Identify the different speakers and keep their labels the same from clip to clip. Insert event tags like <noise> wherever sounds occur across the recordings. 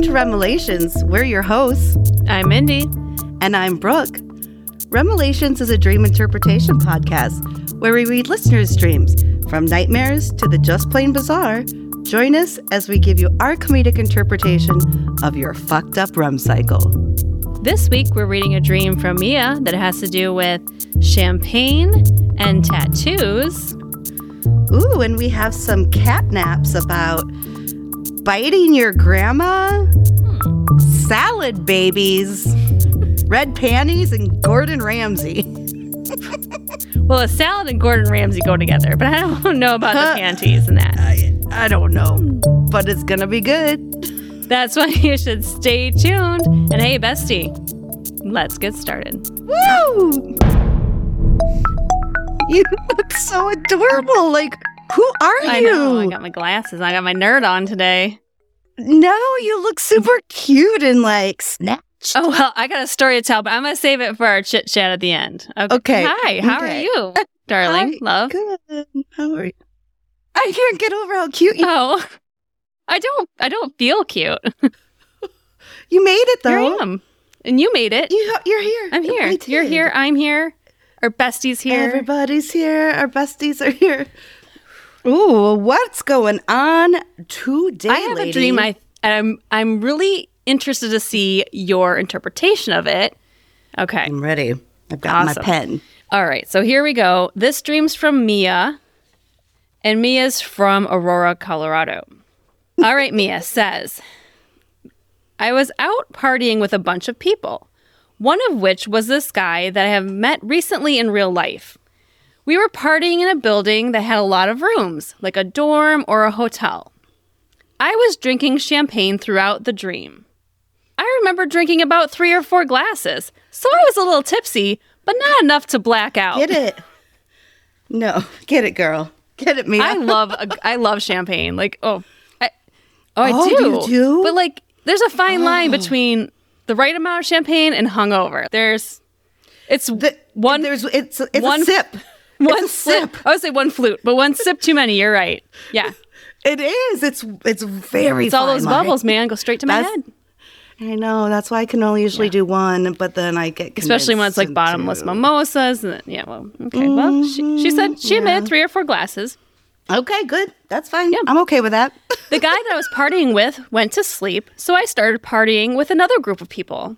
Speaker 1: to Remelations. We're your hosts,
Speaker 2: I'm Mindy.
Speaker 1: and I'm Brooke. Remelations is a dream interpretation podcast where we read listeners' dreams from nightmares to the just plain bizarre. Join us as we give you our comedic interpretation of your fucked up REM cycle.
Speaker 2: This week, we're reading a dream from Mia that has to do with champagne and tattoos.
Speaker 1: Ooh, and we have some cat naps about biting your grandma, salad babies, red panties, and Gordon Ramsay. <laughs>
Speaker 2: Well, a salad and Gordon Ramsay go together, but I don't know about
Speaker 1: Huh.
Speaker 2: the panties and that.
Speaker 1: I, I don't know, but it's gonna be good.
Speaker 2: That's why you should stay tuned. And hey, bestie, let's get started.
Speaker 1: Woo! You look so adorable. Like, who are you?
Speaker 2: I know. I got my glasses. I got my nerd on today.
Speaker 1: no, you look super cute and like snatched.
Speaker 2: Oh, well, I got a story to tell, but I'm going to save it for our chit chat at the end.
Speaker 1: Okay.
Speaker 2: Hi. How
Speaker 1: Okay.
Speaker 2: are you, darling?
Speaker 1: Hi.
Speaker 2: Love.
Speaker 1: Good. How are you? I can't get over how cute you.
Speaker 2: Oh, I don't. I don't feel cute.
Speaker 1: You made it
Speaker 2: Here I
Speaker 1: though.
Speaker 2: am, and you made it.
Speaker 1: You, you're here.
Speaker 2: I'm here.
Speaker 1: I
Speaker 2: You're
Speaker 1: did.
Speaker 2: here. I'm here. Our bestie's here.
Speaker 1: Everybody's here. Our besties are here. Ooh, what's going on today?
Speaker 2: I have
Speaker 1: lady?
Speaker 2: a dream. I and I'm I'm really interested to see your interpretation of it. Okay.
Speaker 1: I'm ready. I've got
Speaker 2: Awesome.
Speaker 1: my pen.
Speaker 2: All right. So here we go. This dream's from Mia, and Mia's from Aurora, Colorado. All right. Mia says, I was out partying with a bunch of people, one of which was this guy that I have met recently in real life. We were partying in a building that had a lot of rooms, like a dorm or a hotel. I was drinking champagne throughout the dream. I remember drinking about three or four glasses, so I was a little tipsy, but not enough to black out.
Speaker 1: Get it. No, get it, girl. Get it, Mia.
Speaker 2: I love a, I love champagne. Like oh, I, oh I
Speaker 1: Oh,
Speaker 2: do.
Speaker 1: you do? Oh.
Speaker 2: But like, there's a fine line between the right amount of champagne and hungover. There's it's
Speaker 1: The-
Speaker 2: one
Speaker 1: There's it's it's a
Speaker 2: one-
Speaker 1: sip.
Speaker 2: one
Speaker 1: it's a sip.
Speaker 2: I would say one flute, but one sip too many. You're right. Yeah,
Speaker 1: It is. It's it's very.
Speaker 2: it's all
Speaker 1: fine
Speaker 2: those
Speaker 1: line.
Speaker 2: bubbles, man. Go straight to my
Speaker 1: That's-
Speaker 2: head.
Speaker 1: I know. That's why I can only usually do one, but then I get
Speaker 2: Especially when
Speaker 1: convinced
Speaker 2: it's like
Speaker 1: into-
Speaker 2: bottomless mimosas. And, yeah, well, okay. Well, she, she said she
Speaker 1: Mm-hmm.
Speaker 2: had three or four glasses.
Speaker 1: Okay, good. That's fine. I'm okay with that. <laughs>
Speaker 2: The guy that I was partying with went to sleep, so I started partying with another group of people.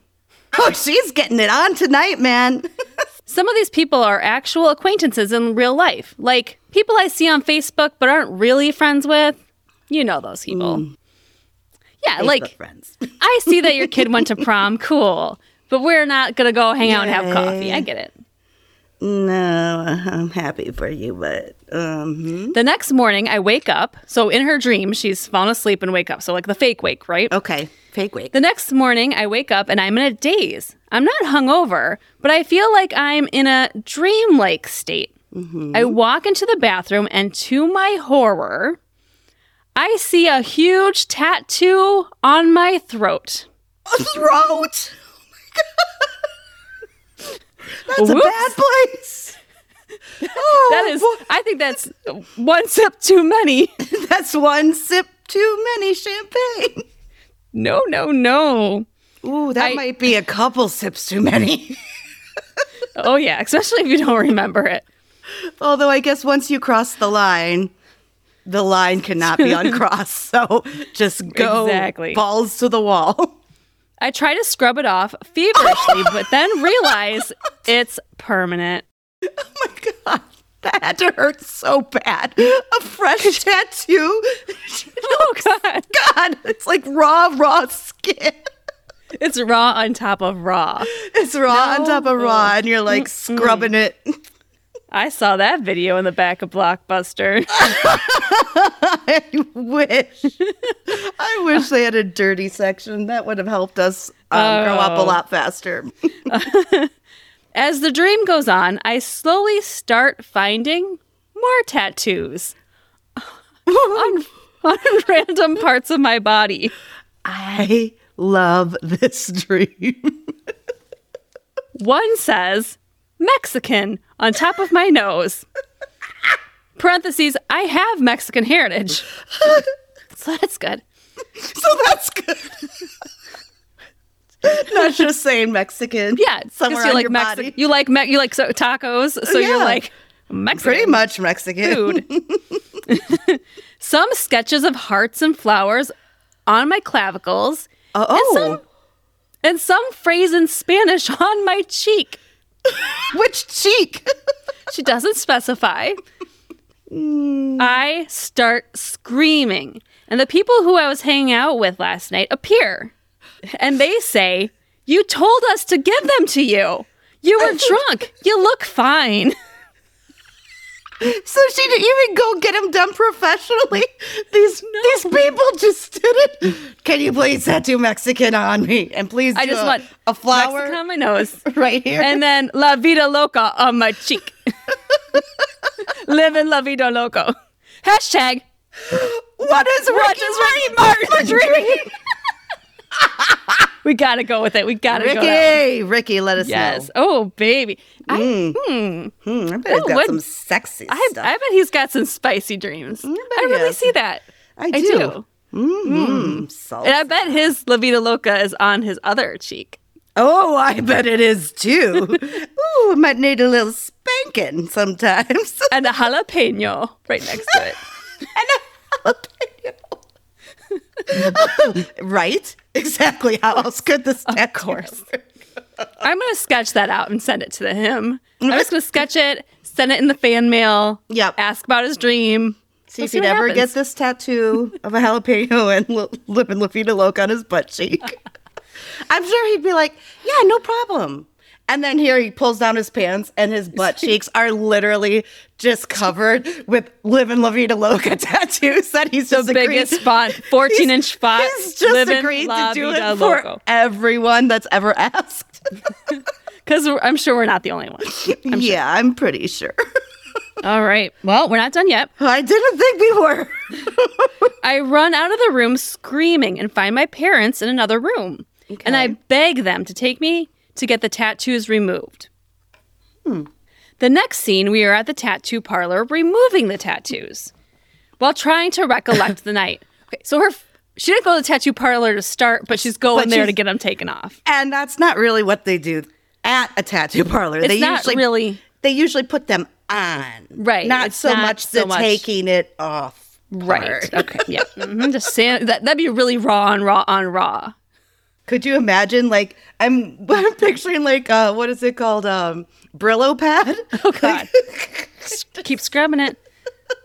Speaker 1: oh, she's getting it on tonight, man.
Speaker 2: Some of these people are actual acquaintances in real life, like people I see on Facebook but aren't really friends with. You know those people. Yeah,
Speaker 1: Mm. Facebook
Speaker 2: <laughs> like
Speaker 1: friends.
Speaker 2: I see that your kid
Speaker 1: <laughs>
Speaker 2: went to prom, cool, but we're not gonna go hang out and have coffee. I get it.
Speaker 1: No, I'm happy for you, but um,
Speaker 2: The next morning, I wake up. So in her dream, she's fallen asleep and wake up. So like the fake wake, right?
Speaker 1: okay. Fake wake.
Speaker 2: The next morning, I wake up and I'm in a daze. I'm not hungover, but I feel like I'm in a dreamlike state. I walk into the bathroom, and to my horror, I see a huge tattoo on my throat. <laughs>
Speaker 1: Throat. Oh my god. <laughs> That's
Speaker 2: Whoops.
Speaker 1: a bad
Speaker 2: <laughs>
Speaker 1: place. Oh,
Speaker 2: That is, I think that's one sip too many.
Speaker 1: That's one sip too many champagne.
Speaker 2: No, no, no.
Speaker 1: Ooh, that
Speaker 2: I-
Speaker 1: might be a couple sips too many. <laughs>
Speaker 2: Oh, yeah, especially if you don't remember it.
Speaker 1: Although I guess once you cross the line, the line cannot
Speaker 2: <laughs>
Speaker 1: be uncrossed. So just go
Speaker 2: Exactly.
Speaker 1: balls to the wall. <laughs> Oh
Speaker 2: I try to scrub it off feverishly, but then realize it's permanent.
Speaker 1: Oh my god. That had to hurt so bad. A
Speaker 2: <laughs>
Speaker 1: fresh tattoo. <laughs>
Speaker 2: Oh, God.
Speaker 1: God, it's like raw, raw skin.
Speaker 2: It's raw on top of raw.
Speaker 1: It's raw on top of raw, and you're like scrubbing it. <laughs>
Speaker 2: I saw that video in the back of Blockbuster.
Speaker 1: I wish. I wish they had a dirty section. That would have helped us um, grow up a
Speaker 2: Oh.
Speaker 1: lot faster.
Speaker 2: As the dream goes on, I slowly start finding more tattoos <laughs> on, on random parts of my body.
Speaker 1: I love this dream. <laughs>
Speaker 2: One says Mexican on top of my nose. Parentheses, I have Mexican heritage. <laughs> So that's good.
Speaker 1: so that's good. <laughs> Not just saying Mexican.
Speaker 2: Yeah, it's 'cause
Speaker 1: somewhere
Speaker 2: you
Speaker 1: on
Speaker 2: like
Speaker 1: your
Speaker 2: Mexi-
Speaker 1: body.
Speaker 2: You like me- you like so- tacos, so
Speaker 1: Yeah.
Speaker 2: you're like Mexican.
Speaker 1: Pretty much Mexican.
Speaker 2: food. <laughs> some sketches of hearts and flowers on my clavicles,
Speaker 1: Oh,
Speaker 2: some- and some phrase in Spanish <laughs> on my cheek.
Speaker 1: which cheek? <laughs>
Speaker 2: She doesn't specify. I start screaming, and the people who I was hanging out with last night appear, and they say, "You told us to give them to you. You
Speaker 1: <laughs>
Speaker 2: were drunk. You look fine."
Speaker 1: so she didn't even go get them done professionally.
Speaker 2: <laughs>
Speaker 1: These these people just did it. Can you please tattoo Mexican on me? And please,
Speaker 2: I
Speaker 1: do
Speaker 2: just
Speaker 1: a-
Speaker 2: want
Speaker 1: a flower
Speaker 2: Mexican on my nose.
Speaker 1: <laughs> right here.
Speaker 2: and then La Vida Loca on
Speaker 1: <laughs>
Speaker 2: my cheek. Living La Vida Loco. Hashtag.
Speaker 1: what is
Speaker 2: What
Speaker 1: Ricky
Speaker 2: is
Speaker 1: Martin Martin dreaming?
Speaker 2: We gotta go with it. We gotta go. that
Speaker 1: Ricky,
Speaker 2: way.
Speaker 1: Ricky, let us
Speaker 2: Yes. Oh, baby. I,
Speaker 1: know. Hmm, I bet it's got
Speaker 2: would-
Speaker 1: some sexy
Speaker 2: I,
Speaker 1: Mm, stuff. Mm,
Speaker 2: I bet he's got some spicy dreams.
Speaker 1: bet
Speaker 2: I
Speaker 1: he
Speaker 2: really
Speaker 1: has.
Speaker 2: see that.
Speaker 1: I
Speaker 2: I
Speaker 1: do.
Speaker 2: do. Hmm.
Speaker 1: Mm, salt.
Speaker 2: And I bet his La Vida Loca is on his other cheek.
Speaker 1: oh, I bet it is
Speaker 2: <laughs>
Speaker 1: too. Ooh, it might need a little spanking sometimes. <laughs>
Speaker 2: And a jalapeno right next to it. <laughs>
Speaker 1: <laughs> right? Exactly. How else could this Of course.
Speaker 2: I'm gonna sketch that out and send it to the him. I'm
Speaker 1: <laughs>
Speaker 2: just gonna sketch it, send it in the fan mail,
Speaker 1: Yep.
Speaker 2: ask about his dream.
Speaker 1: See
Speaker 2: We'll
Speaker 1: if he'd
Speaker 2: what
Speaker 1: ever
Speaker 2: happens.
Speaker 1: get this tattoo of a jalapeno <laughs> and li- lip and Lafita Loke on his butt
Speaker 2: <laughs>
Speaker 1: cheek. I'm sure he'd be like, yeah, no problem. And then here he pulls down his pants and his
Speaker 2: <laughs>
Speaker 1: butt cheeks are literally just covered with Live and Levita Loca <laughs> tattoos that he's just
Speaker 2: the
Speaker 1: agreed-
Speaker 2: biggest
Speaker 1: <laughs>
Speaker 2: font, 14 inch font.
Speaker 1: He's just
Speaker 2: Livin'
Speaker 1: agreed to
Speaker 2: La
Speaker 1: do
Speaker 2: Vida
Speaker 1: it for
Speaker 2: Loco.
Speaker 1: everyone that's ever asked.
Speaker 2: Because I'm sure we're not the only one.
Speaker 1: <laughs> yeah, I'm pretty sure. <laughs>
Speaker 2: All right. Well, we're not done yet.
Speaker 1: I didn't think we were.
Speaker 2: I run out of the room screaming and find my parents in another room. And I beg them to take me to get the tattoos removed.
Speaker 1: Hmm.
Speaker 2: The next scene, we are at the tattoo parlor removing the tattoos while trying to recollect
Speaker 1: <laughs>
Speaker 2: the night. Okay, so her. She didn't go to the tattoo parlor to start, but she's going
Speaker 1: But
Speaker 2: there
Speaker 1: she's-
Speaker 2: to get them taken off.
Speaker 1: And that's not really what they do at a tattoo parlor.
Speaker 2: It's
Speaker 1: they
Speaker 2: not
Speaker 1: usually
Speaker 2: really-
Speaker 1: they usually put them on.
Speaker 2: Right,
Speaker 1: Not
Speaker 2: it's
Speaker 1: so
Speaker 2: not
Speaker 1: much
Speaker 2: so
Speaker 1: the
Speaker 2: much-
Speaker 1: taking it off.
Speaker 2: Right. Okay. Yeah. Mhm. Just sand- that that'd be really raw on raw on raw.
Speaker 1: Could you imagine like I'm <laughs> I'm picturing like uh what is it called? Um Brillo
Speaker 2: <laughs>
Speaker 1: pad?
Speaker 2: Oh God. <laughs> Keep scrubbing it.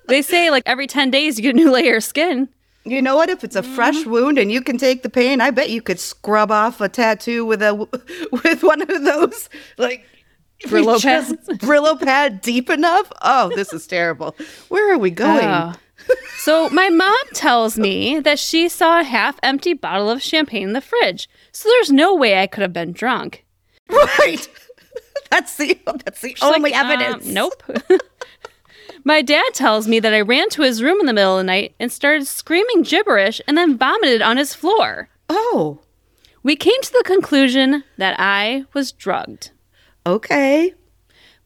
Speaker 2: They say like every ten days you get a new layer of skin.
Speaker 1: You know what? If it's a
Speaker 2: Mm-hmm.
Speaker 1: fresh wound and you can take the pain, I bet you could scrub off a tattoo with a <laughs> with one of those like if you <laughs>
Speaker 2: Brillo
Speaker 1: just
Speaker 2: pads?
Speaker 1: Brillo pad deep enough. Oh, this is terrible. Where are
Speaker 2: <laughs>
Speaker 1: we going?
Speaker 2: Oh. so my mom tells me that she saw a half-empty bottle of champagne in the fridge. So there's no way I could have been drunk.
Speaker 1: Right. <laughs> That's the that's the
Speaker 2: She's
Speaker 1: only
Speaker 2: like,
Speaker 1: evidence.
Speaker 2: "Um, nope. <laughs> My dad tells me that I ran to his room in the middle of the night and started screaming gibberish and then vomited on his floor.
Speaker 1: Oh,
Speaker 2: We came to the conclusion that I was drugged.
Speaker 1: okay.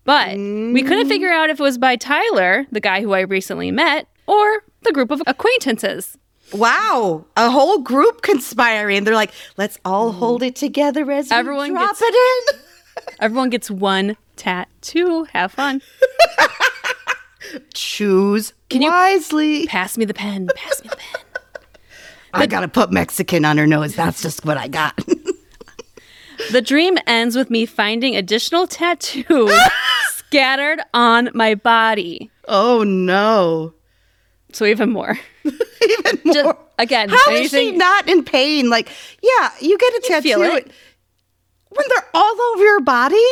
Speaker 2: But we
Speaker 1: Mm.
Speaker 2: couldn't figure out if it was by Tyler, the guy who I recently met, or the group of acquaintances.
Speaker 1: Wow. A whole group conspiring. They're like, let's all hold it together as
Speaker 2: Mm. Everyone
Speaker 1: we drop
Speaker 2: gets-
Speaker 1: it
Speaker 2: Everyone gets one tattoo. Have fun.
Speaker 1: in. <laughs> Choose
Speaker 2: you-
Speaker 1: wisely.
Speaker 2: Pass me the pen. Pass me the pen.
Speaker 1: I gotta put Mexican on her nose. That's just what I got. <laughs>
Speaker 2: The dream ends with me finding additional tattoos
Speaker 1: <laughs>
Speaker 2: scattered on my body.
Speaker 1: oh no. <laughs>
Speaker 2: So even more.
Speaker 1: Even more.
Speaker 2: Just, again,
Speaker 1: How is she
Speaker 2: anything-
Speaker 1: not in pain? Like, yeah, you get a tattoo
Speaker 2: feel it.
Speaker 1: when they're all over your body.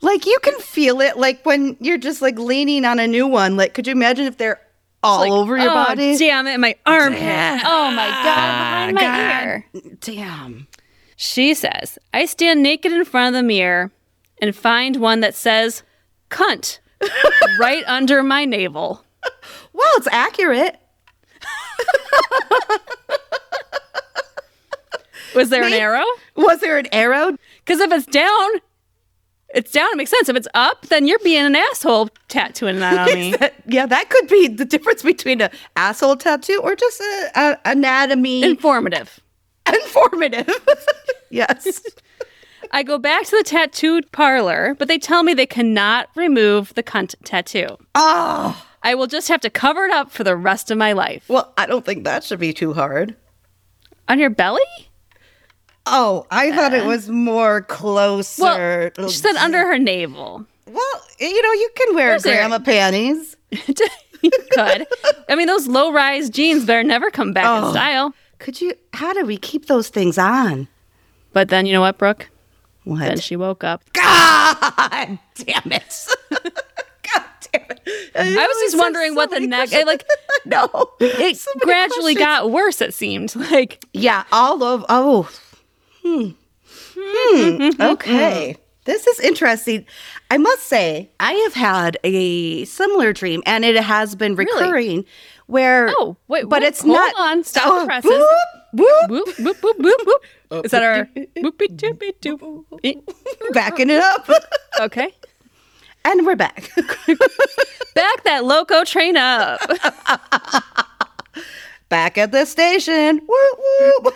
Speaker 1: Like you can feel it, like when you're just like leaning on a new one. Like, could you imagine if they're all
Speaker 2: Like,
Speaker 1: over your
Speaker 2: oh,
Speaker 1: body?
Speaker 2: Damn it, my armpit. Oh my god, behind my ear.
Speaker 1: Damn.
Speaker 2: She says, I stand naked in front of the mirror and find one that says cunt right under my navel.
Speaker 1: Well, it's accurate.
Speaker 2: Was there an arrow?
Speaker 1: Was there an arrow?
Speaker 2: Because if it's down, it's down, it makes sense. If it's up, then you're being an asshole tattooing that
Speaker 1: <laughs>
Speaker 2: on me.
Speaker 1: yeah, that could be the difference between a asshole tattoo or just a, a anatomy
Speaker 2: Informative.
Speaker 1: <laughs> informative. yes.
Speaker 2: I go back to the tattoo parlor, but they tell me they cannot remove the cunt tattoo.
Speaker 1: Oh,
Speaker 2: I will just have to cover it up for the rest of my life.
Speaker 1: well, I don't think that should be too hard.
Speaker 2: On your belly?
Speaker 1: Oh, I thought it was more closer.
Speaker 2: Uh-huh. Well, she said under her navel.
Speaker 1: Well, you know, you can wear
Speaker 2: there-
Speaker 1: grandma panties.
Speaker 2: <laughs> you could. I mean, those low rise jeans better never come back in
Speaker 1: Oh.
Speaker 2: style.
Speaker 1: Could you? How do we keep those things on?
Speaker 2: But then, you know what, Brooke? Then
Speaker 1: What?
Speaker 2: she woke up.
Speaker 1: God damn it! <laughs> God damn it! I
Speaker 2: was just wondering what the neck- I, like,
Speaker 1: <laughs> no,
Speaker 2: It
Speaker 1: So many
Speaker 2: gradually
Speaker 1: questions.
Speaker 2: got worse, it seemed. <laughs> Like,
Speaker 1: Yeah, all of oh. Hmm.
Speaker 2: <laughs>
Speaker 1: Hmm. Okay. This is interesting. I must say, I have had a similar dream and it has been recurring where
Speaker 2: Oh, wait,
Speaker 1: but
Speaker 2: whoop,
Speaker 1: it's
Speaker 2: hold
Speaker 1: not Oh,
Speaker 2: on, stop the presses.
Speaker 1: whoop, whoop,
Speaker 2: whoop, whoop, whoop, whoop, whoop. Is
Speaker 1: <laughs>
Speaker 2: that our whoopie doopie doop? Eh,
Speaker 1: backing it up. <laughs>
Speaker 2: Okay.
Speaker 1: and we're back. <laughs>
Speaker 2: Back that loco train up. <laughs>
Speaker 1: back at the station. Whoop, whoop.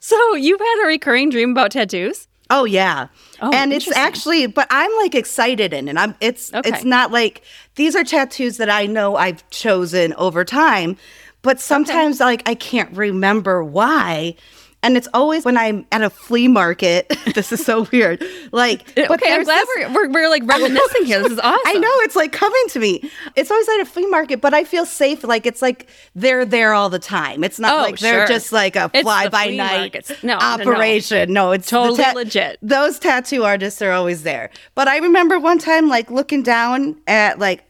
Speaker 2: So, you've had a recurring dream about tattoos?
Speaker 1: Oh yeah.
Speaker 2: Oh,
Speaker 1: and it's
Speaker 2: interesting.
Speaker 1: actually but I'm like excited in it. I'm it's
Speaker 2: Okay.
Speaker 1: it's not like these are tattoos that I know I've chosen over time, but sometimes like I can't remember why. And it's always when I'm at a flea market. <laughs> this is so weird. Like but
Speaker 2: <laughs> okay, I'm
Speaker 1: there's
Speaker 2: glad
Speaker 1: this-
Speaker 2: we're, we're,
Speaker 1: <laughs>
Speaker 2: we're like reminiscing here. This is awesome. <laughs>
Speaker 1: I know it's like coming to me. It's always at a flea market, but I feel safe. Like it's like they're there all the time. It's not
Speaker 2: Oh,
Speaker 1: like they're
Speaker 2: sure.
Speaker 1: just like a
Speaker 2: It's the
Speaker 1: fly by
Speaker 2: flea
Speaker 1: night
Speaker 2: markets. No, no, no.
Speaker 1: operation. No, it's the
Speaker 2: Totally legit.
Speaker 1: Those tattoo artists are always there. But I remember one time like looking down at like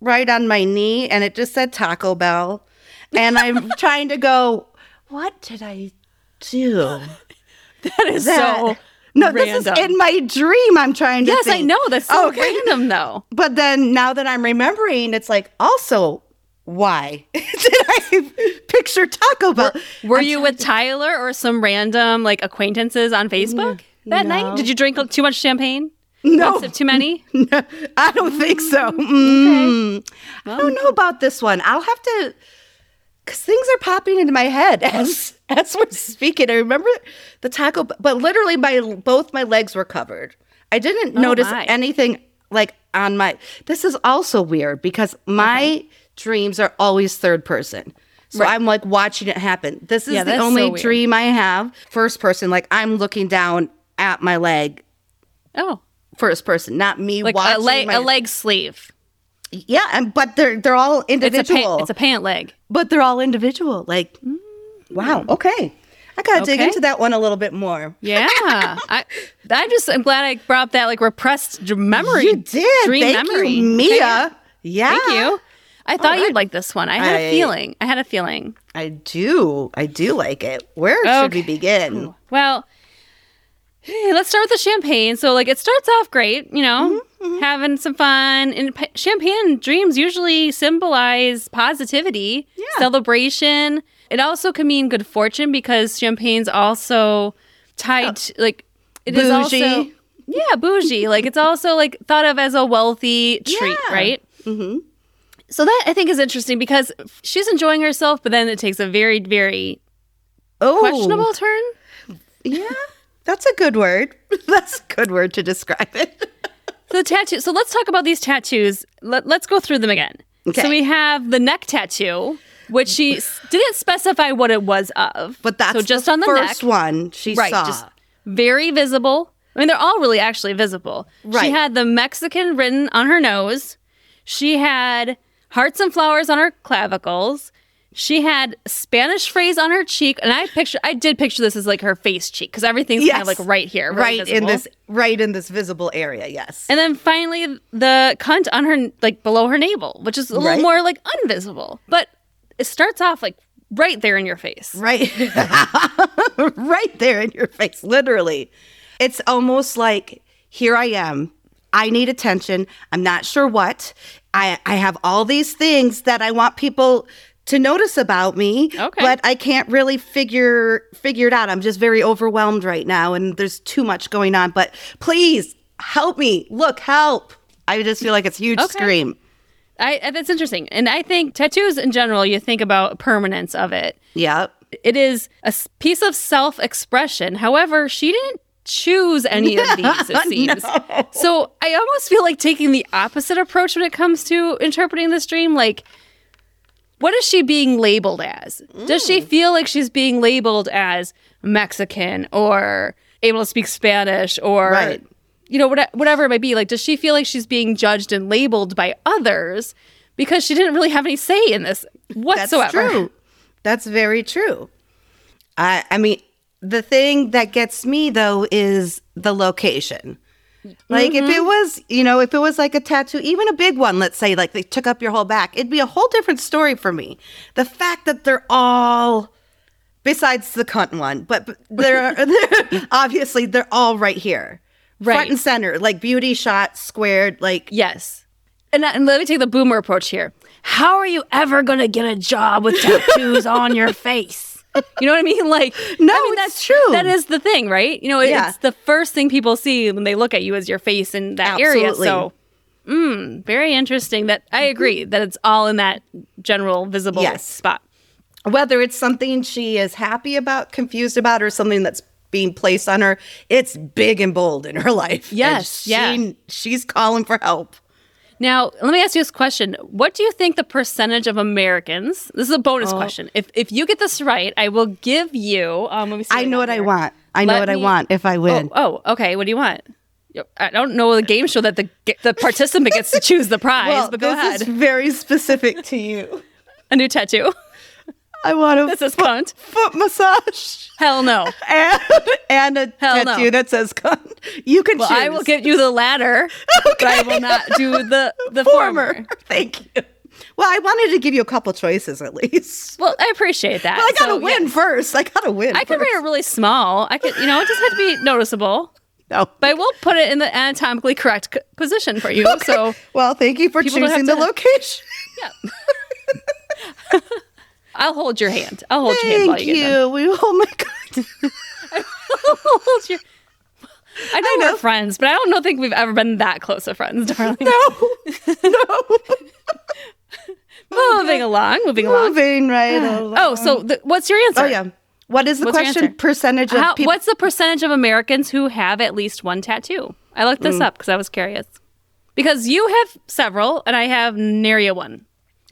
Speaker 1: right on my knee, and it just said Taco Bell, and
Speaker 2: <laughs>
Speaker 1: I'm trying to go. What did I do?
Speaker 2: That is
Speaker 1: That-
Speaker 2: so.
Speaker 1: no, this is
Speaker 2: random.
Speaker 1: in my dream. I'm trying to.
Speaker 2: Yes, I
Speaker 1: think.
Speaker 2: know. That's so
Speaker 1: Okay.
Speaker 2: random, though.
Speaker 1: But then now that I'm remembering, it's like also why <laughs> did I picture Taco Bell?
Speaker 2: Were you with Tyler or some random like acquaintances on Facebook that
Speaker 1: No.
Speaker 2: night? Did you drink too much champagne?
Speaker 1: No.
Speaker 2: One sip too many?
Speaker 1: <laughs> I don't think so. Mm.
Speaker 2: Oh,
Speaker 1: I don't know about this one. I'll have to, because things are popping into my head <laughs> as as we're speaking. I remember the Taco, Bell- but literally my both my legs were covered. I didn't notice
Speaker 2: Oh, my.
Speaker 1: anything like on my. This is also weird because my dreams are always third person. So I'm like watching it happen. This is
Speaker 2: Yeah,
Speaker 1: the
Speaker 2: that's so
Speaker 1: only
Speaker 2: weird.
Speaker 1: dream I have first person. Like I'm looking down at my leg
Speaker 2: Oh,
Speaker 1: first person, not me
Speaker 2: like
Speaker 1: watching
Speaker 2: a leg,
Speaker 1: my-
Speaker 2: a leg sleeve.
Speaker 1: yeah, and but they're they're all
Speaker 2: It's a,
Speaker 1: individual.
Speaker 2: pant, it's a pant leg.
Speaker 1: but they're all individual. Like, Mm-hmm. wow. Okay, I gotta dig
Speaker 2: Okay.
Speaker 1: into that one a little bit more. <laughs>
Speaker 2: Yeah, I, I just I'm glad I brought up that like repressed dr- memory.
Speaker 1: You did.
Speaker 2: dream
Speaker 1: Thank
Speaker 2: memory,
Speaker 1: you,
Speaker 2: Okay,
Speaker 1: Mia.
Speaker 2: yeah.
Speaker 1: yeah.
Speaker 2: Thank you. I thought you'd like this one. I had a
Speaker 1: I-
Speaker 2: feeling. I had a feeling.
Speaker 1: I do. I do like it. Where should we
Speaker 2: Okay.
Speaker 1: begin?
Speaker 2: Well, let's start with the champagne. So, like, it starts off great, you know,
Speaker 1: Mm-hmm,
Speaker 2: having some fun. And pa- champagne dreams usually symbolize positivity, celebration. It also can mean good fortune because champagne's also tied, to, like, it is also.
Speaker 1: Oh. Bougie.
Speaker 2: Yeah, bougie. like, it's also, like, thought of as a wealthy treat,
Speaker 1: Yeah. Mm-hmm.
Speaker 2: right? So that I think is interesting because she's enjoying herself, but then it takes a very, very
Speaker 1: Oh,
Speaker 2: questionable turn.
Speaker 1: Yeah, that's a good word. <laughs> that's a good word to describe it.
Speaker 2: So the tattoo. So let's talk about these tattoos. Let, let's go through them again.
Speaker 1: Okay.
Speaker 2: So we have the neck tattoo, which she s- didn't specify what it was of,
Speaker 1: But that's
Speaker 2: so just
Speaker 1: the
Speaker 2: on the
Speaker 1: first
Speaker 2: neck,
Speaker 1: one she
Speaker 2: right?
Speaker 1: saw.
Speaker 2: Just very visible. I mean, they're all really actually visible.
Speaker 1: Right.
Speaker 2: She had the Mexican written on her nose. She had hearts and flowers on her clavicles. She had Spanish phrase on her cheek, and I picture I did picture this as like her face cheek because everything's kind of
Speaker 1: Yes.
Speaker 2: like right here, really
Speaker 1: right in
Speaker 2: visible.
Speaker 1: this, right in this visible area. Yes.
Speaker 2: And then finally, the cunt on her, like below her navel, which is a
Speaker 1: Right.
Speaker 2: little more like unvisible. But it starts off like right there in your face.
Speaker 1: <laughs> Right. right there in your face, literally. It's almost like here I am. I need attention. I'm not sure what. I, I have all these things that I want people to notice about me,
Speaker 2: Okay.
Speaker 1: but I can't really figure figure it out. I'm just very overwhelmed right now and there's too much going on, but please help me, look, help. I just feel like it's a huge
Speaker 2: Okay.
Speaker 1: scream.
Speaker 2: I, I- that's interesting. And I think tattoos in general, you think about permanence of it.
Speaker 1: Yeah.
Speaker 2: It is a s- piece of self expression. However, she didn't choose any
Speaker 1: <laughs>
Speaker 2: of these, it seems. So I almost feel like taking the opposite approach when it comes to interpreting this dream. Like, what is she being labeled as? Does
Speaker 1: Mm.
Speaker 2: she feel like she's being labeled as Mexican or able to speak Spanish or,
Speaker 1: Right.
Speaker 2: you know, what, whatever it might be? Like, does she feel like she's being judged and labeled by others because she didn't really have any say in this
Speaker 1: That's
Speaker 2: whatsoever?
Speaker 1: true. That's very true. I I mean, the thing that gets me though is the location. Like if
Speaker 2: Mm-hmm.
Speaker 1: it was, you know, if it was like a tattoo, even a big one, let's say like they took up your whole back, it'd be a whole different story for me. The fact that they're all besides the cunt one, but but they're, <laughs> they're obviously they're all right here. Front
Speaker 2: Right.
Speaker 1: and center, like beauty shot squared, like
Speaker 2: Yes. And, and let me take the boomer approach here. How are you ever going to get a
Speaker 1: <laughs>
Speaker 2: job with tattoos on your face? You know what I mean? Like,
Speaker 1: No,
Speaker 2: I mean,
Speaker 1: it's true.
Speaker 2: That is the thing, right? You know, it-
Speaker 1: Yeah.
Speaker 2: it's the first thing people see when they look at you is your face in that area.
Speaker 1: Absolutely. Mm-hmm.
Speaker 2: So, mm, very interesting. That I agree that it's all in that general visible
Speaker 1: Yes.
Speaker 2: spot.
Speaker 1: whether it's something she is happy about, confused about, or something that's being placed on her, it's big and bold in her <laughs> life. And
Speaker 2: Yes,
Speaker 1: she,
Speaker 2: yeah.
Speaker 1: she's calling for help.
Speaker 2: Now, let me ask you this question. What do you think the percentage of Americans, this is
Speaker 1: Oh.
Speaker 2: a bonus question. If, if you get this right, I will give you, um, let me see
Speaker 1: I
Speaker 2: what
Speaker 1: know
Speaker 2: got
Speaker 1: what I
Speaker 2: here.
Speaker 1: want. I know
Speaker 2: Let
Speaker 1: what I
Speaker 2: me-
Speaker 1: want if I win.
Speaker 2: Oh, oh, okay. What do you want? Yo- I don't know the game show that the the
Speaker 1: <laughs>
Speaker 2: participant gets to choose the prize,
Speaker 1: well,
Speaker 2: Oh, but go
Speaker 1: this
Speaker 2: ahead.
Speaker 1: is very specific to you.
Speaker 2: A new tattoo.
Speaker 1: <laughs>
Speaker 2: <laughs>
Speaker 1: I want a
Speaker 2: This is cunt.
Speaker 1: foot massage
Speaker 2: Hell no.
Speaker 1: and, <laughs> and a
Speaker 2: Hell no.
Speaker 1: tattoo that says cunt. You can
Speaker 2: Well,
Speaker 1: choose.
Speaker 2: I will give you the latter, but I will not
Speaker 1: <laughs>
Speaker 2: do the the former.
Speaker 1: former. Thank you. Well, I wanted to give you a couple choices at least.
Speaker 2: Well, I appreciate that.
Speaker 1: But I gotta
Speaker 2: So, yeah.
Speaker 1: win first. I gotta win.
Speaker 2: I could
Speaker 1: first.
Speaker 2: write it really small. I could, you know, it just had to be noticeable.
Speaker 1: No.
Speaker 2: But I will put it in the anatomically correct c- position for you. So,
Speaker 1: <laughs> Well, thank you for
Speaker 2: People don't have
Speaker 1: choosing the
Speaker 2: to- <laughs>
Speaker 1: location.
Speaker 2: yeah. I'll hold your hand. I'll hold your hand while
Speaker 1: Thank
Speaker 2: you,
Speaker 1: you.
Speaker 2: get <laughs> them.
Speaker 1: We, oh my god. <laughs>
Speaker 2: hold your- I know,
Speaker 1: know.
Speaker 2: we're friends, but I don't know think we've ever been that close of friends, <laughs> darling.
Speaker 1: No.
Speaker 2: <laughs>
Speaker 1: no.
Speaker 2: moving along, moving along.
Speaker 1: Oh, Moving right along.
Speaker 2: <sighs> Oh, so the, what's your answer?
Speaker 1: Oh yeah. What is the
Speaker 2: What's your
Speaker 1: question?
Speaker 2: answer?
Speaker 1: Percentage of
Speaker 2: How,
Speaker 1: people.
Speaker 2: what's the percentage of Americans who have at least one tattoo? I looked
Speaker 1: Mm.
Speaker 2: this up because I was curious. Because you have several, and I have nary a one,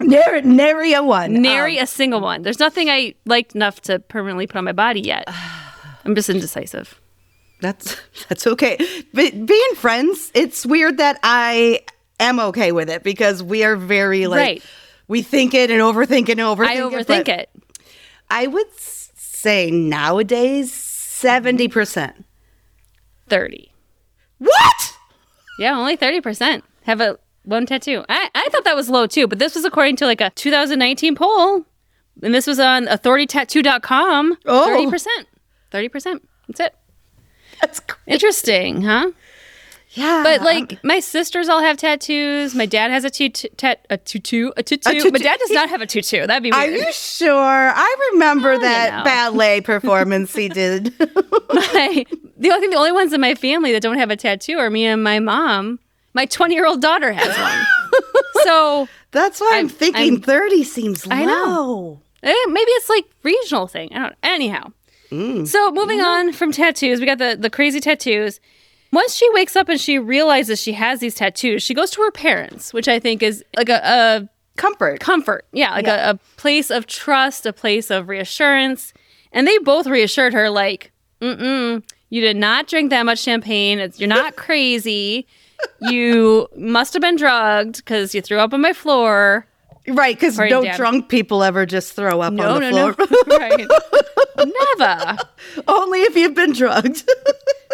Speaker 1: Nary, nary a one.
Speaker 2: nary a single one. There's nothing I like enough to permanently put on my body
Speaker 1: <sighs>
Speaker 2: yet. I'm just indecisive.
Speaker 1: <laughs> That's that's okay. But being friends, it's weird that I am okay with it because we are very like
Speaker 2: Right.
Speaker 1: we think it and overthink it and overthink
Speaker 2: I
Speaker 1: it.
Speaker 2: overthink
Speaker 1: but
Speaker 2: it.
Speaker 1: I would s- say nowadays seventy percent.
Speaker 2: Thirty.
Speaker 1: What?
Speaker 2: Yeah, only 30% have a one tattoo. I, I thought that was low too, but this was according to like a 2019 poll. And this was on authoritytattoo.com.
Speaker 1: Oh.
Speaker 2: 30%. 30%. That's it.
Speaker 1: That's cr-
Speaker 2: Interesting, huh?
Speaker 1: yeah.
Speaker 2: But like my sisters all have tattoos. My dad has a tutu, tat, a tutu, a tutu.
Speaker 1: tutu.
Speaker 2: My dad does not have a tutu. That'd be
Speaker 1: Are
Speaker 2: weird.
Speaker 1: you sure? I remember that
Speaker 2: know.
Speaker 1: ballet performance he did. <laughs>
Speaker 2: <laughs> my, the only thing, the only ones in my family that don't have a tattoo are me and my mom. My 20 year old daughter has
Speaker 1: <laughs>
Speaker 2: one. so
Speaker 1: That's why I'm,
Speaker 2: I'm-
Speaker 1: thinking
Speaker 2: I'm-
Speaker 1: 30 seems low.
Speaker 2: I know. Eh, Maybe it's like regional thing. I don't. Anyhow,
Speaker 1: Mm.
Speaker 2: so moving on from tattoos, we got the the crazy tattoos. Once she wakes up and she realizes she has these tattoos, she goes to her parents, which I think is like a, a
Speaker 1: Comfort.
Speaker 2: comfort. Yeah, like A, a place of trust, a place of reassurance. And they both reassured her, like, mm-mm, you did not drink that much champagne. It's, you're
Speaker 1: <laughs>
Speaker 2: not crazy. You must have been drugged because you threw up on my floor.
Speaker 1: Right, because
Speaker 2: Sorry,
Speaker 1: no
Speaker 2: Dad.
Speaker 1: drunk people ever just throw up
Speaker 2: No,
Speaker 1: on the
Speaker 2: no,
Speaker 1: floor. <laughs>
Speaker 2: no. <laughs> right. Never.
Speaker 1: Only if you've been drugged. <laughs>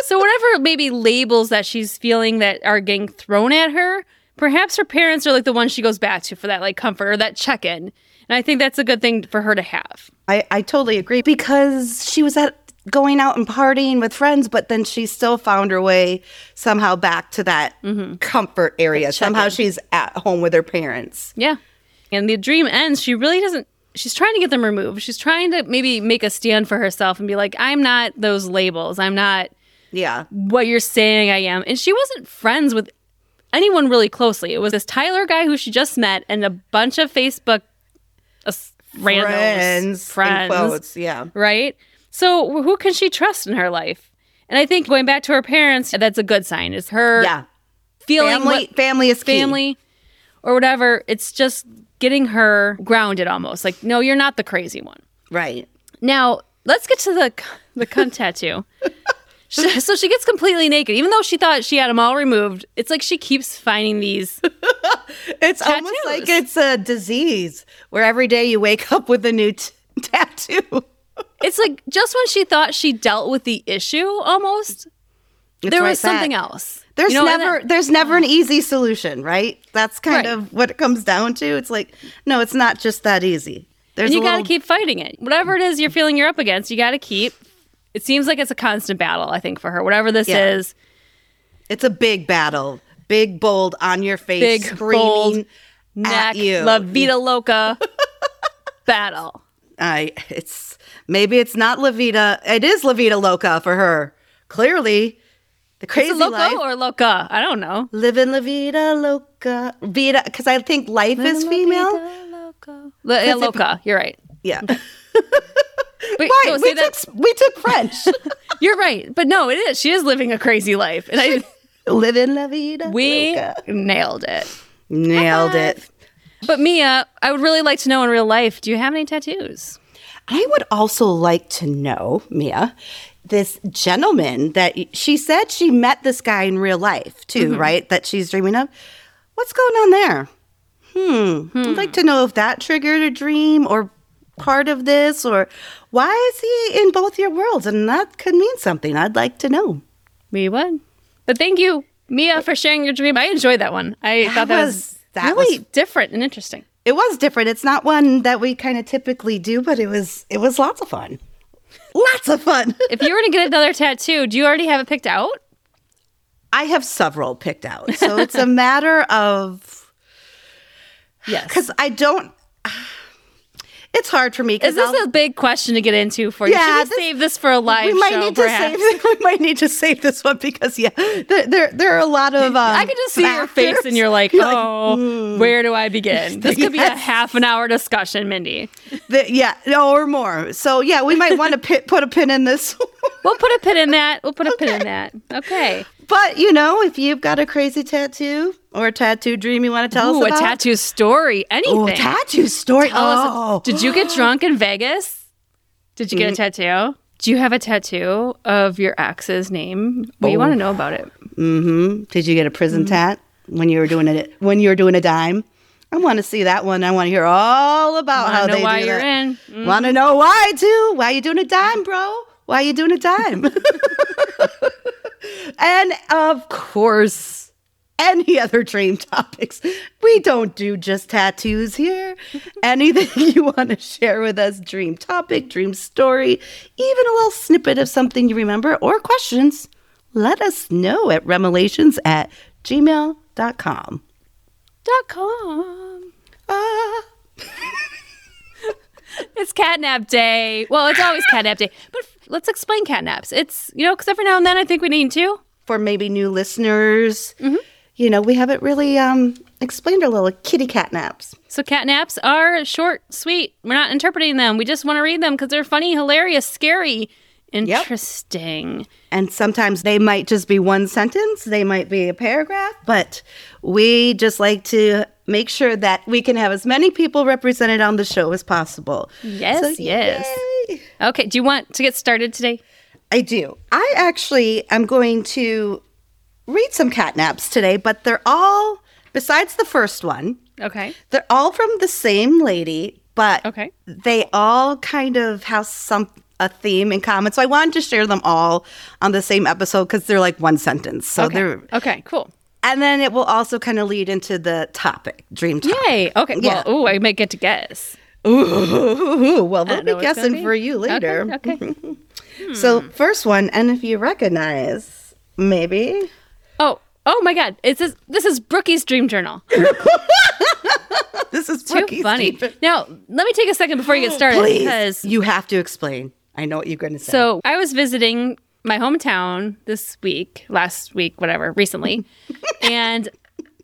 Speaker 2: So whatever maybe labels that she's feeling that are getting thrown at her, perhaps her parents are like the ones she goes back to for that like comfort or that check-in. And I think that's a good thing for her to have.
Speaker 1: I, I totally agree because she was at going out and partying with friends, but then she still found her way somehow back to that
Speaker 2: Mm-hmm.
Speaker 1: comfort area. Somehow she's at home with her parents.
Speaker 2: Yeah. And the dream ends. She really doesn't she's trying to get them removed. She's trying to maybe make a stand for herself and be like, I'm not those labels. I'm not
Speaker 1: Yeah.
Speaker 2: what you're saying I am. And she wasn't friends with anyone really closely. It was this Tyler guy who she just met and a bunch of Facebook uh, s- randos,
Speaker 1: Friends. in
Speaker 2: friends,
Speaker 1: quotes, Yeah.
Speaker 2: right? So who can she trust in her life? And I think going back to her parents, that's a good sign. Is her
Speaker 1: Yeah.
Speaker 2: feeling
Speaker 1: Family.
Speaker 2: what-
Speaker 1: family is key.
Speaker 2: family or whatever? It's just getting her grounded almost. Like, no, you're not the crazy one.
Speaker 1: Right.
Speaker 2: Now let's get to the c- the
Speaker 1: <laughs>
Speaker 2: cunt tattoo. She- so she gets completely naked, even though she thought she had them all removed. It's like she keeps finding these.
Speaker 1: It's almost
Speaker 2: Tattoos.
Speaker 1: like it's a disease where every day you wake <laughs> up with a new t- tattoo.
Speaker 2: It's like just when she thought she dealt with the issue, almost
Speaker 1: It's
Speaker 2: there
Speaker 1: like
Speaker 2: was something
Speaker 1: that.
Speaker 2: else.
Speaker 1: There's
Speaker 2: You know, and
Speaker 1: never
Speaker 2: that-
Speaker 1: there's never an easy solution, right? That's kind
Speaker 2: Right.
Speaker 1: of what it comes down to. It's like no, it's not just that easy. There's
Speaker 2: and you
Speaker 1: a
Speaker 2: got to
Speaker 1: little-
Speaker 2: keep fighting it. Whatever it is you're feeling you're up against, you got to keep. It seems like it's a constant battle. I think for her, whatever this
Speaker 1: Yeah.
Speaker 2: is,
Speaker 1: It's a big battle, big bold on your face,
Speaker 2: Big,
Speaker 1: screaming
Speaker 2: bold,
Speaker 1: at
Speaker 2: neck,
Speaker 1: you.
Speaker 2: la
Speaker 1: <laughs>
Speaker 2: vida loca, battle.
Speaker 1: I it's maybe it's not Levita. It is Levita Loca for her. Clearly, the crazy
Speaker 2: Loco
Speaker 1: life.
Speaker 2: or loca? I don't know.
Speaker 1: Living La Vida Loca, Vida, because I think life is female.
Speaker 2: Lo- yeah, loca. You're right.
Speaker 1: <laughs> Yeah,
Speaker 2: Wait,
Speaker 1: right.
Speaker 2: no,
Speaker 1: we
Speaker 2: say
Speaker 1: took
Speaker 2: that.
Speaker 1: we took French. <laughs>
Speaker 2: You're right. But no, it is. She is living a crazy life. And I,
Speaker 1: Living La Vida.
Speaker 2: <laughs> we
Speaker 1: Loca.
Speaker 2: nailed it.
Speaker 1: nailed it.
Speaker 2: But Mia, I would really like to know in real life, do you have any tattoos?
Speaker 1: I would also like to know, Mia, this gentleman that she said she met this guy in real life too, right? That she's dreaming of. What's going on there? Hmm. I'd like to know if that triggered a dream or part of this, or why is he in both your worlds? And that could mean something. I'd like to know.
Speaker 2: We would. But thank you, Mia, for sharing your dream. I enjoyed that one. I thought that was,
Speaker 1: was- that
Speaker 2: really
Speaker 1: was-
Speaker 2: different and interesting.
Speaker 1: It was different. It's not one that we kind of typically do, but it was it was lots of fun. Lots of fun. <laughs>
Speaker 2: If you were to get another tattoo, do you already have it picked out?
Speaker 1: I have several picked out. So it's a matter of
Speaker 2: Yes.
Speaker 1: because I don't. <sighs> It's hard for me. 'cause
Speaker 2: Is this
Speaker 1: I'll-
Speaker 2: a big question to get into for you?
Speaker 1: Yeah,
Speaker 2: Should we
Speaker 1: this-
Speaker 2: save this for a live
Speaker 1: we might
Speaker 2: show,
Speaker 1: need
Speaker 2: perhaps?
Speaker 1: to save? <laughs> We might need to save this one because yeah, there there, there are a lot of. Um,
Speaker 2: I can just see your face
Speaker 1: <laughs>
Speaker 2: and you're like, oh, where do I begin? This could be a half an hour discussion, Mindy.
Speaker 1: the, yeah, no, or more. So yeah, we might want to pit, put a pin in this. <laughs>
Speaker 2: We'll put a pin in that. We'll put a pin in that. Okay.
Speaker 1: but you know, if you've got a crazy tattoo or a tattoo dream you want to tell
Speaker 2: Ooh,
Speaker 1: us
Speaker 2: a
Speaker 1: about,
Speaker 2: tattoo story. Anything.
Speaker 1: Ooh, tattoo story.
Speaker 2: Tell us-
Speaker 1: oh, Mm.
Speaker 2: did you get drunk in Vegas? Did you get a tattoo? Do you have a tattoo of your ex's name? We
Speaker 1: Oh.
Speaker 2: want to know about it.
Speaker 1: hmm Did you get a prison
Speaker 2: Mm-hmm.
Speaker 1: tat when you were doing it? When you were doing a dime? I want to see that one. I want to hear all about
Speaker 2: Wanna
Speaker 1: how
Speaker 2: know
Speaker 1: they
Speaker 2: why
Speaker 1: do
Speaker 2: you're
Speaker 1: that.
Speaker 2: in.
Speaker 1: Want to Mm-hmm. know why too? Why you doing a dime, bro? Why you doing a dime? <laughs> and of course, any other dream topics. We don't do just tattoos here. Anything you want to share with us, dream topic, dream story, even a little snippet of something you remember or questions, let us know at remelations at gmail.com.
Speaker 2: Dot com.
Speaker 1: Ah,
Speaker 2: It's catnap day. Well, it's always catnap day, but f- let's explain catnaps. It's, you know, because every now and then I think we need to.
Speaker 1: for maybe new listeners.
Speaker 2: Mm-hmm.
Speaker 1: You know, we haven't really um, explained our little kitty cat naps.
Speaker 2: So cat naps are short, sweet. We're not interpreting them. We just want to read them because they're funny, hilarious, scary, interesting.
Speaker 1: And sometimes they might just be one sentence, they might be a paragraph, but we just like to make sure that we can have as many people represented on the show as possible.
Speaker 2: Yes, yes.
Speaker 1: yay.
Speaker 2: Okay, do you want to get started today?
Speaker 1: I do. I actually am going to read some cat naps today, but they're all, besides the first one,
Speaker 2: Okay.
Speaker 1: they're all from the same lady, but
Speaker 2: Okay.
Speaker 1: they all kind of have some a theme in common. So I wanted to share them all on the same episode because they're like one sentence. So
Speaker 2: Okay.
Speaker 1: they're
Speaker 2: Okay, cool.
Speaker 1: and then it will also kind of lead into the topic, dream topic.
Speaker 2: Yay. Okay.
Speaker 1: Yeah.
Speaker 2: Well, ooh, I may get to guess.
Speaker 1: Ooh, <laughs> well,
Speaker 2: I
Speaker 1: we'll
Speaker 2: don't know
Speaker 1: be
Speaker 2: what it's gonna
Speaker 1: guessing
Speaker 2: be.
Speaker 1: for you later.
Speaker 2: Okay. okay.
Speaker 1: So first one, and if you recognize,
Speaker 2: <laughs>
Speaker 1: maybe
Speaker 2: oh, oh my God. It's this, this is Brookie's dream journal.
Speaker 1: this is
Speaker 2: Too funny. Now, let me take a second before you get started
Speaker 1: Please,
Speaker 2: because
Speaker 1: you have to explain. I know what you're going to say.
Speaker 2: So I was visiting my hometown this week, last week, whatever, recently. and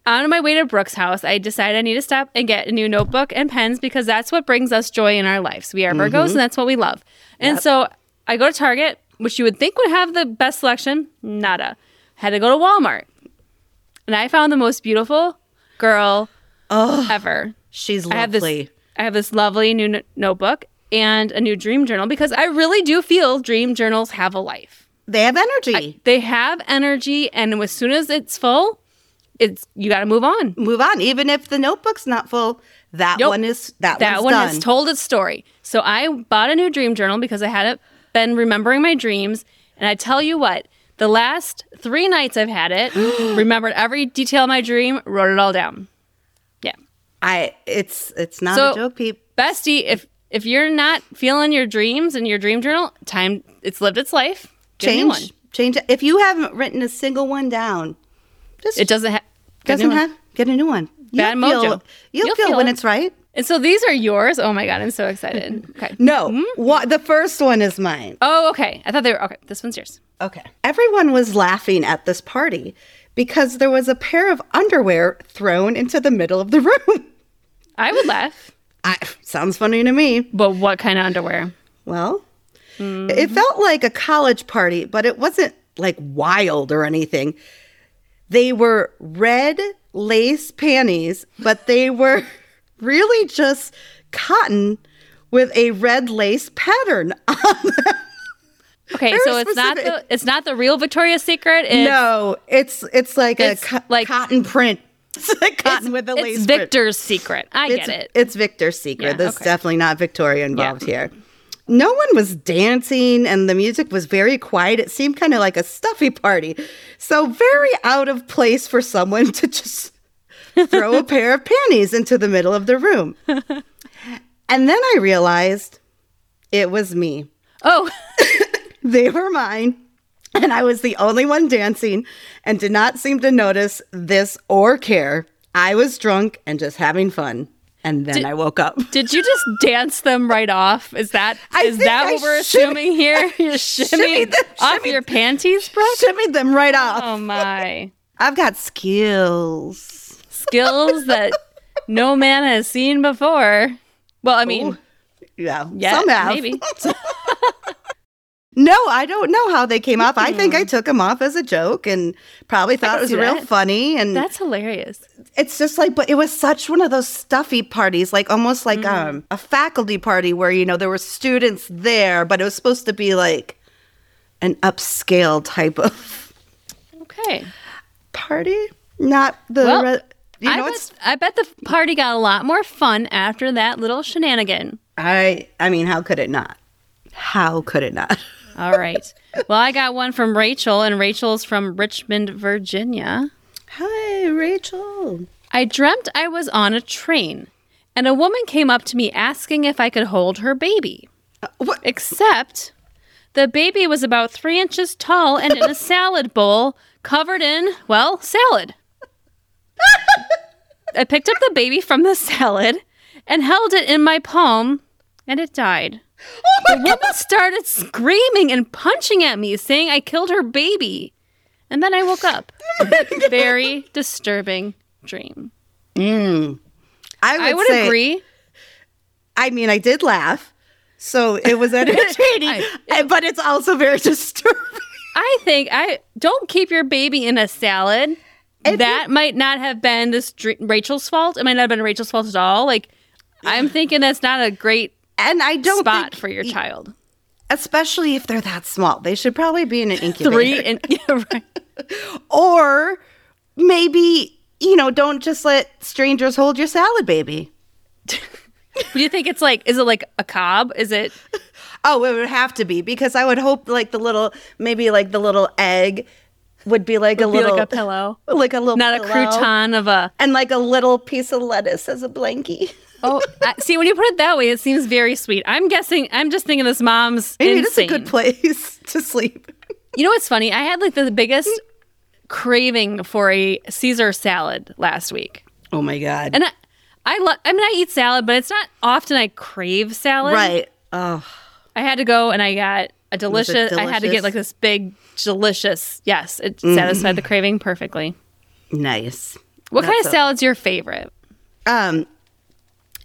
Speaker 2: on my way to Brooke's house, I decided I need to stop and get a new notebook and pens because that's what brings us joy in our lives. We are Virgos and that's what we love. And so I go to Target, which you would think would have the best selection. Nada. Had to go to Walmart. And I found the most beautiful girl ever.
Speaker 1: She's
Speaker 2: I have this.
Speaker 1: lovely.
Speaker 2: I have this lovely new n- notebook and a new dream journal because I really do feel dream journals have a life.
Speaker 1: They have energy.
Speaker 2: They have energy, and as soon as it's full, it's you got to move on.
Speaker 1: Move on. Even if the notebook's not full, that
Speaker 2: Nope.
Speaker 1: one is that,
Speaker 2: That
Speaker 1: one's
Speaker 2: one
Speaker 1: done.
Speaker 2: has told its story. So I bought a new dream journal because I hadn't been remembering my dreams, and I tell you what. The last three nights I've had
Speaker 1: <gasps>
Speaker 2: it, remembered every detail of my dream, wrote it all down. Yeah.
Speaker 1: I it's it's not
Speaker 2: So-
Speaker 1: a joke, peep.
Speaker 2: bestie if if you're not feeling your dreams in your dream journal time it's lived its life get a new one.
Speaker 1: Change change it. if you haven't written a single one down, just
Speaker 2: it doesn't have
Speaker 1: doesn't have get a new one.
Speaker 2: Bad
Speaker 1: you'll feel,
Speaker 2: mojo.
Speaker 1: You'll,
Speaker 2: You'll
Speaker 1: feel,
Speaker 2: feel
Speaker 1: when
Speaker 2: it.
Speaker 1: it's right.
Speaker 2: and so these are yours oh my god i'm so excited
Speaker 1: Mm-hmm.
Speaker 2: okay
Speaker 1: No. What the first one is mine.
Speaker 2: oh okay i thought they were okay this one's yours
Speaker 1: Okay. Everyone was laughing at this party because there was a pair of underwear thrown into the middle of the <laughs> room.
Speaker 2: i would
Speaker 1: <laughs>
Speaker 2: laugh
Speaker 1: I, sounds funny to me.
Speaker 2: but what kind of underwear
Speaker 1: Well, it felt like a college party, but it wasn't like wild or anything. They were red lace panties, but they were <laughs> really just cotton with a red lace pattern on them.
Speaker 2: okay
Speaker 1: Very
Speaker 2: so it's not the
Speaker 1: specific.
Speaker 2: it's not the real victoria's secret it's,
Speaker 1: No, it's it's like
Speaker 2: It's
Speaker 1: a co-
Speaker 2: like-
Speaker 1: cotton print. <laughs> It's like cotton with a
Speaker 2: it's
Speaker 1: lace print.
Speaker 2: victor's secret i
Speaker 1: it's,
Speaker 2: get it
Speaker 1: It's Victor's secret.
Speaker 2: Yeah,
Speaker 1: There's
Speaker 2: okay.
Speaker 1: definitely not Victoria involved here. No one was dancing and the music was very quiet. It seemed kind of like a stuffy party. So, very out of place for someone <laughs> to just throw a pair of panties into the middle of the
Speaker 2: <laughs>
Speaker 1: room. And then I realized it was me.
Speaker 2: oh <laughs>
Speaker 1: They were mine. And I was the only one dancing and did not seem to notice this or care. I was drunk and just having fun. And then I woke up.
Speaker 2: did you just dance them right off is that
Speaker 1: <laughs> I
Speaker 2: is
Speaker 1: think
Speaker 2: that
Speaker 1: I
Speaker 2: what we're
Speaker 1: shimmy-
Speaker 2: assuming here <laughs> you're shimmying
Speaker 1: them-
Speaker 2: off your panties bro
Speaker 1: Shimmied them right off.
Speaker 2: oh my
Speaker 1: I've got skills.
Speaker 2: skills that no man has seen before. Well, I
Speaker 1: Oh.
Speaker 2: mean,
Speaker 1: Yeah,
Speaker 2: yeah,
Speaker 1: somehow.
Speaker 2: maybe.
Speaker 1: <laughs> No, I don't know how they came off. I think I took them off as a joke and probably thought
Speaker 2: Hmm. can
Speaker 1: it was
Speaker 2: see
Speaker 1: real
Speaker 2: that.
Speaker 1: funny. And
Speaker 2: That's hilarious.
Speaker 1: it's just like, but it was such one of those stuffy parties, like almost
Speaker 2: Hmm.
Speaker 1: like um, a faculty party where, you know, there were students there, but it was supposed to be like an upscale type of <laughs>
Speaker 2: Okay.
Speaker 1: party, not the.
Speaker 2: Well,
Speaker 1: re- you
Speaker 2: I,
Speaker 1: know, it's
Speaker 2: bet, I bet the party got a lot more fun after that little shenanigan.
Speaker 1: I. I mean, how could it not? How could it not? <laughs>
Speaker 2: All right. well, I got one from Rachel, and Rachel's from Richmond, Virginia.
Speaker 1: Hi, Rachel.
Speaker 2: I dreamt I was on a train, and a woman came up to me asking if I could hold her baby.
Speaker 1: What?
Speaker 2: Except the baby was about three inches tall and in a salad bowl covered in, well, salad. I picked up the baby from the salad and held it in my palm, and it died. the woman started screaming and punching at me, saying I killed her baby. And then I woke up. Very disturbing dream.
Speaker 1: Mm. I would,
Speaker 2: I would
Speaker 1: say-
Speaker 2: agree.
Speaker 1: I mean, I did laugh, so it
Speaker 2: <laughs>
Speaker 1: was entertaining,
Speaker 2: I-
Speaker 1: and- but it's also very <laughs> disturbing.
Speaker 2: I think I don't keep your baby in a salad. that might not have been this dr- Rachel's fault. It might not have been Rachel's fault at all. Like I'm thinking that's not a great
Speaker 1: And I don't
Speaker 2: spot
Speaker 1: think- e,
Speaker 2: for your child.
Speaker 1: especially if they're that small. They should probably be in
Speaker 2: <laughs>
Speaker 1: an incubator,
Speaker 2: Three and yeah, right.
Speaker 1: or maybe you know, don't just let strangers hold your salad, baby.
Speaker 2: Do you think it's like? Is it like a cob? Is it?
Speaker 1: Oh, it would have to be because I would hope like the little, maybe like the little egg would be like a
Speaker 2: be like
Speaker 1: <laughs> little
Speaker 2: a pillow.
Speaker 1: like a little
Speaker 2: <laughs> Not a
Speaker 1: pillow,
Speaker 2: crouton of a.
Speaker 1: and like a little piece of lettuce as a blankie. <laughs>
Speaker 2: Oh, I, see, when you put it that way, it seems very sweet. I'm guessing. I'm just thinking this mom's
Speaker 1: Maybe it's a
Speaker 2: insane.
Speaker 1: good place <laughs> to sleep.
Speaker 2: You know what's funny? I had like the biggest craving for a Caesar salad last week.
Speaker 1: Oh my god!
Speaker 2: And I, I love. I mean, I eat salad, but it's not often I crave salad.
Speaker 1: right. Oh,
Speaker 2: I had to go and I got A delicious, I had
Speaker 1: delicious?
Speaker 2: to
Speaker 1: Mm-hmm.
Speaker 2: get like this big delicious. Yes, it satisfied the craving perfectly.
Speaker 1: Nice.
Speaker 2: What kind
Speaker 1: That's a-
Speaker 2: of salad's your favorite?
Speaker 1: Um,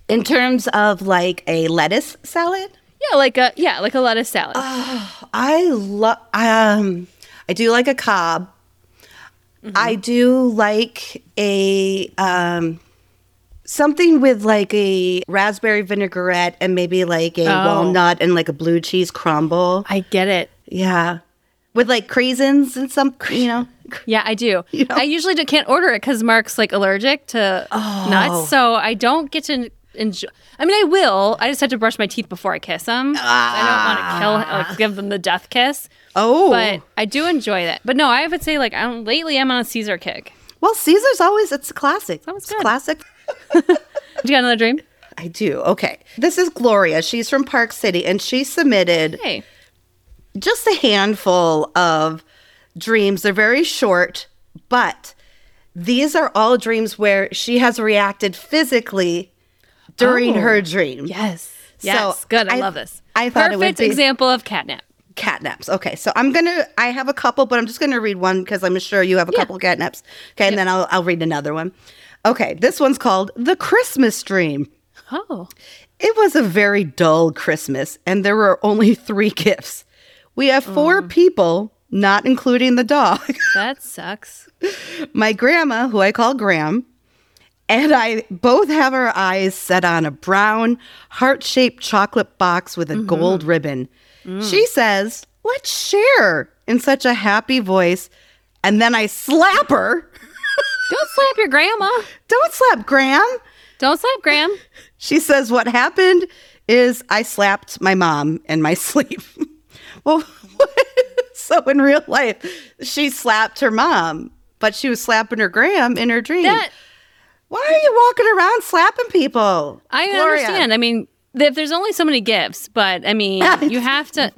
Speaker 1: in terms of like a lettuce salad,
Speaker 2: Yeah, like a yeah, like a lettuce salad.
Speaker 1: Uh, I love. Um, I do like a cob.
Speaker 2: Mm-hmm.
Speaker 1: I do like a um, something with like a raspberry vinaigrette and maybe like a
Speaker 2: Oh.
Speaker 1: walnut and like a blue cheese crumble.
Speaker 2: I get it.
Speaker 1: Yeah, with like craisins and some, you know.
Speaker 2: Yeah, I do.
Speaker 1: You know?
Speaker 2: I usually do, can't order it because Mark's like allergic to
Speaker 1: Oh.
Speaker 2: nuts, so I don't get to enjoy. I mean, I will. I just have to brush my teeth before I kiss them. I don't want to
Speaker 1: Ah.
Speaker 2: kill, like, give them the death kiss.
Speaker 1: <laughs> Oh,
Speaker 2: But I do enjoy that. But no, I would say like I'm lately I'm on a Caesar kick.
Speaker 1: well, Caesar's always it's a classic.
Speaker 2: That was
Speaker 1: It's
Speaker 2: good.
Speaker 1: classic.
Speaker 2: Do you got another dream?
Speaker 1: I do. Okay, this is Gloria. She's from Park City, and she submitted.
Speaker 2: Hey,
Speaker 1: just a handful of dreams. They're very short, but these are all dreams where she has reacted physically during
Speaker 2: Oh.
Speaker 1: her dream.
Speaker 2: yes, yes, good. I,
Speaker 1: I-
Speaker 2: love this.
Speaker 1: I thought
Speaker 2: perfect
Speaker 1: it would be-
Speaker 2: example of catnap.
Speaker 1: Catnaps. Okay, so I'm gonna. I have a couple, but I'm just gonna read one because I'm sure you have a couple catnaps. Okay, and then I'll I'll read another one. Okay, this one's called the Christmas Dream.
Speaker 2: Oh,
Speaker 1: It was a very dull Christmas, and there were only <laughs> three gifts. We have four people, not including the dog.
Speaker 2: that sucks.
Speaker 1: my grandma, who I call Graham, and I both have our eyes set on a brown, heart shaped chocolate box with a gold ribbon. She says, Let's share in such a happy voice. And then I slap her. <laughs>
Speaker 2: Don't slap your grandma.
Speaker 1: Don't slap Graham.
Speaker 2: Don't slap Graham.
Speaker 1: <laughs> She says, What happened is I slapped my mom in my <laughs> sleep. well, <laughs> so in real life, she slapped her mom, but she was slapping her Graham in her dream.
Speaker 2: That
Speaker 1: Why are you walking around slapping people?
Speaker 2: I
Speaker 1: Gloria?
Speaker 2: understand. I mean, th- if there's only so many gifts, but
Speaker 1: <laughs>
Speaker 2: I mean, you have to.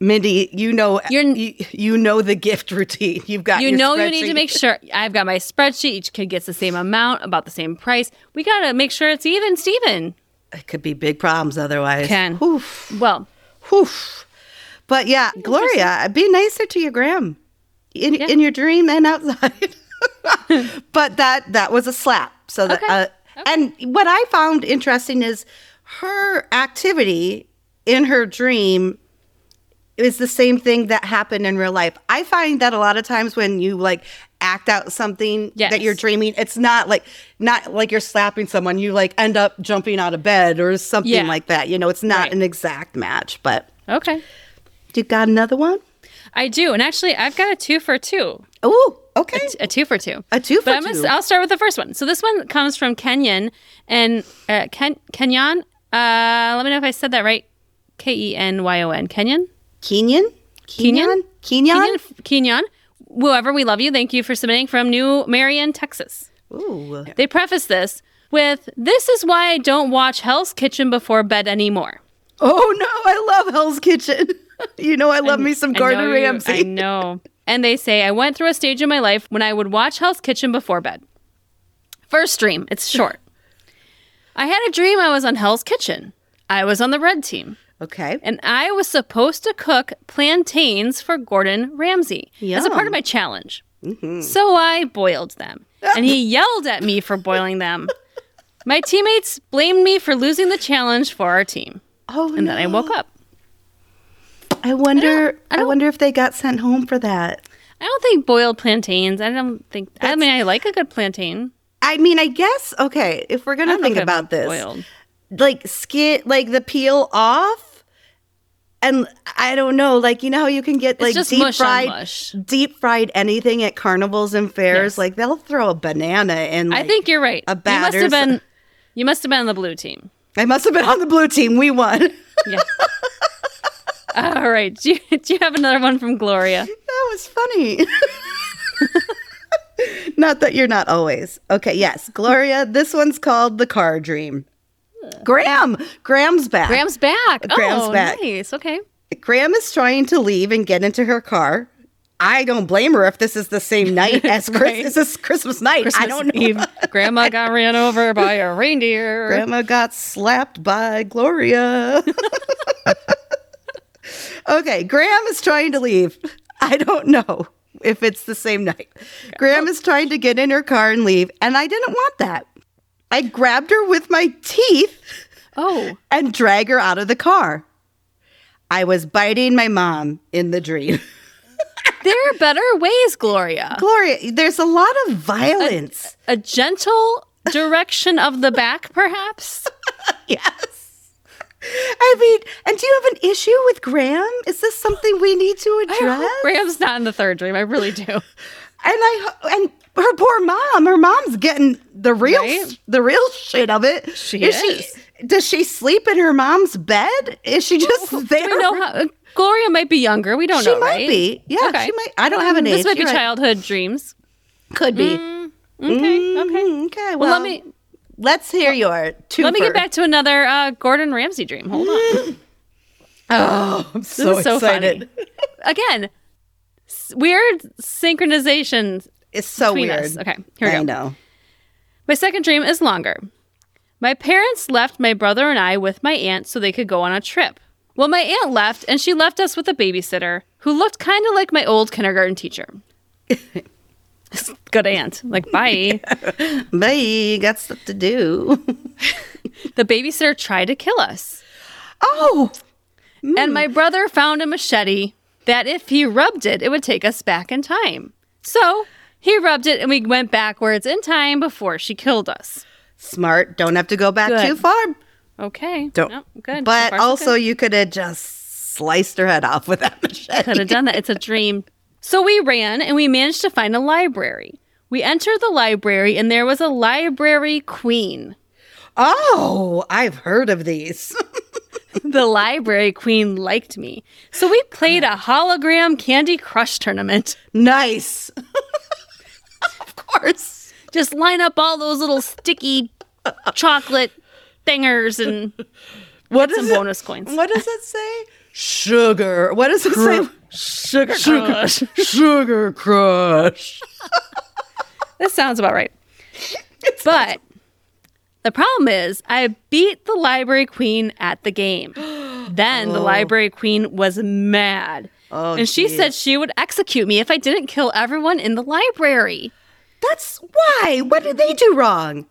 Speaker 1: Mindy. You know,
Speaker 2: You're-
Speaker 1: you, you know the gift routine. You've got.
Speaker 2: You
Speaker 1: your
Speaker 2: know, you need to
Speaker 1: spreadsheet.
Speaker 2: make sure. I've got my spreadsheet. Each kid gets the same amount, about the same price. We gotta make sure it's even, Steven.
Speaker 1: It could be big problems otherwise.
Speaker 2: Can.
Speaker 1: Oof,
Speaker 2: Well,
Speaker 1: oof. But yeah, Gloria, be nicer to your gram, in in your dream and outside. <laughs> but that that was a slap. So that
Speaker 2: Okay.
Speaker 1: uh, and what I found interesting is her activity in her dream is the same thing that happened in real life. I find that a lot of times when you like act out something
Speaker 2: Yes.
Speaker 1: that you're dreaming, it's not like not like you're slapping someone. You like end up jumping out of bed or something
Speaker 2: Yeah.
Speaker 1: like that. You know, it's not
Speaker 2: Right.
Speaker 1: an exact match, but
Speaker 2: okay.
Speaker 1: you got another one?
Speaker 2: I do, and actually, I've got a two for two,
Speaker 1: Oh, okay.
Speaker 2: a two for two.
Speaker 1: A two for
Speaker 2: but I'm
Speaker 1: 2
Speaker 2: gonna, I'll start with the first one. So this one comes from Kenyon and uh, Ken Kenyon. Uh, let me know if I said that right. K e n y o n Kenyon.
Speaker 1: Kenyon? Kenyon?
Speaker 2: Kenyon?
Speaker 1: Kenyon?
Speaker 2: Kenyon. Kenyon. Whoever we love you. Thank you for submitting from New Marion, Texas.
Speaker 1: Ooh.
Speaker 2: They preface this with, "This is why I don't watch Hell's Kitchen before bed anymore."
Speaker 1: Oh no, I love Hell's Kitchen. <laughs> you know I love me some
Speaker 2: I know
Speaker 1: Gordon
Speaker 2: you- I
Speaker 1: Ramsay.
Speaker 2: know. And they say, I went through a stage in my life when I would watch Hell's Kitchen before bed. First dream, it's short. <laughs> I had a dream I was on Hell's Kitchen. I was on the red team,
Speaker 1: Okay.
Speaker 2: and I Oh, was supposed to cook plantains for Gordon Ramsay as a part
Speaker 1: Yum. Mm-hmm.
Speaker 2: of my challenge. So I boiled
Speaker 1: <laughs>
Speaker 2: them, and he yelled at me for boiling them. My teammates blamed me for losing the challenge for our team,
Speaker 1: Oh
Speaker 2: and then I
Speaker 1: no.
Speaker 2: woke up.
Speaker 1: I wonder.
Speaker 2: I
Speaker 1: I,
Speaker 2: don't-
Speaker 1: wonder if they got sent home for that.
Speaker 2: I don't think boiled plantains. I don't think. I mean, I like a good plantain.
Speaker 1: I mean, I guess. Okay, if we're
Speaker 2: I
Speaker 1: gonna
Speaker 2: don't know
Speaker 1: think
Speaker 2: if I'd
Speaker 1: about
Speaker 2: want
Speaker 1: this,
Speaker 2: Boiled.
Speaker 1: like skin, like the peel off, and I don't know, like you know how you can get like
Speaker 2: just
Speaker 1: deep
Speaker 2: mush on
Speaker 1: fried,
Speaker 2: mush.
Speaker 1: deep fried anything at carnivals and fairs.
Speaker 2: Yes.
Speaker 1: Like they'll throw a banana in.
Speaker 2: I
Speaker 1: like-
Speaker 2: think you're right.
Speaker 1: a
Speaker 2: you must
Speaker 1: batter,
Speaker 2: have
Speaker 1: so-
Speaker 2: been. You must have been on the blue team.
Speaker 1: I must have been on the blue team. We won. <laughs>
Speaker 2: Yeah. All right. Do you, do you have another one from Gloria?
Speaker 1: That was funny. <laughs> not that you're not always. Okay, yes. Gloria, this one's called The Car Dream. Graham. Graham's back.
Speaker 2: Graham's back.
Speaker 1: Graham's
Speaker 2: oh,
Speaker 1: back.
Speaker 2: nice. Okay.
Speaker 1: Graham is trying to leave and get into her car. I don't blame her if this is the
Speaker 2: <laughs>
Speaker 1: same night as Chris-
Speaker 2: Right.
Speaker 1: this is Christmas night. I don't know.
Speaker 2: Eve, <laughs> Grandma got ran over by a reindeer.
Speaker 1: Grandma got slapped by Gloria. <laughs> Okay, Graham is trying to leave. I don't know if it's the same night. Graham is trying to get in her car and leave, and I didn't want that. I grabbed her with my teeth
Speaker 2: Oh,
Speaker 1: and drag her out of the car. I was biting my mom in the dream.
Speaker 2: there are better ways, Gloria.
Speaker 1: Gloria, there's a lot of
Speaker 2: <laughs>
Speaker 1: violence.
Speaker 2: A gentle direction of the back, perhaps?
Speaker 1: yes. I mean, and do you have an issue with Graham? Is this something we need to
Speaker 2: I hope
Speaker 1: address?
Speaker 2: Graham's not in the third dream. I
Speaker 1: <laughs>
Speaker 2: really do.
Speaker 1: and I and her poor mom, her mom's getting the real
Speaker 2: Right?
Speaker 1: the real shit of it.
Speaker 2: She is.
Speaker 1: She, does she sleep in her mom's bed? Is she just there?
Speaker 2: Oh, We know how, Gloria might be younger. We don't
Speaker 1: she
Speaker 2: know.
Speaker 1: might
Speaker 2: right?
Speaker 1: be. Yeah,
Speaker 2: Okay.
Speaker 1: she might. I don't have an
Speaker 2: this
Speaker 1: age.
Speaker 2: might be
Speaker 1: You're right.
Speaker 2: childhood dreams.
Speaker 1: Could be.
Speaker 2: Mm, Okay. Okay.
Speaker 1: Mm, okay. Well,
Speaker 2: Well, let me
Speaker 1: Let's hear your two.
Speaker 2: let me get back to another uh, Gordon Ramsay dream. Hold on.
Speaker 1: Oh, I'm so,
Speaker 2: This is so
Speaker 1: excited.
Speaker 2: funny. Again, s- weird synchronization
Speaker 1: It's so
Speaker 2: between
Speaker 1: weird.
Speaker 2: us. Okay, here we
Speaker 1: I
Speaker 2: go.
Speaker 1: know.
Speaker 2: My second dream is longer. My parents left my brother and I with my aunt so they could go on a trip. Well, my aunt left, and she left us with a babysitter who looked kind of like my old kindergarten teacher. <laughs> Good aunt. Like,
Speaker 1: <laughs>
Speaker 2: bye.
Speaker 1: Bye. You got stuff to do. <laughs>
Speaker 2: The babysitter tried to kill us.
Speaker 1: oh,
Speaker 2: And my brother found a machete that if he rubbed it, it would take us back in time. So he rubbed it and we went backwards in time before she killed us.
Speaker 1: smart. Don't have to go back
Speaker 2: Good.
Speaker 1: too far.
Speaker 2: Okay.
Speaker 1: Don't.
Speaker 2: No, good. So
Speaker 1: But
Speaker 2: far, so
Speaker 1: also, you could have just sliced her head off with that <laughs>
Speaker 2: could
Speaker 1: machete.
Speaker 2: have done that. It's a dream. So we ran and we managed to find a library. We entered the library and there was a library queen.
Speaker 1: Oh, I've heard of these. <laughs>
Speaker 2: The library queen liked me. So we played a hologram Candy Crush tournament.
Speaker 1: nice. <laughs> of course.
Speaker 2: Just line up all those little sticky chocolate thingers and
Speaker 1: What
Speaker 2: some
Speaker 1: does it?
Speaker 2: bonus coins.
Speaker 1: What does it say? Sugar. What does it say?
Speaker 2: Sugar, crush.
Speaker 1: Sugar crush.
Speaker 2: This sounds about right. But the problem is, I beat the library queen at the game. Then the library queen was mad.
Speaker 1: Oh,
Speaker 2: and she said she would execute me if I didn't kill everyone in the library.
Speaker 1: That's why. What did they do wrong?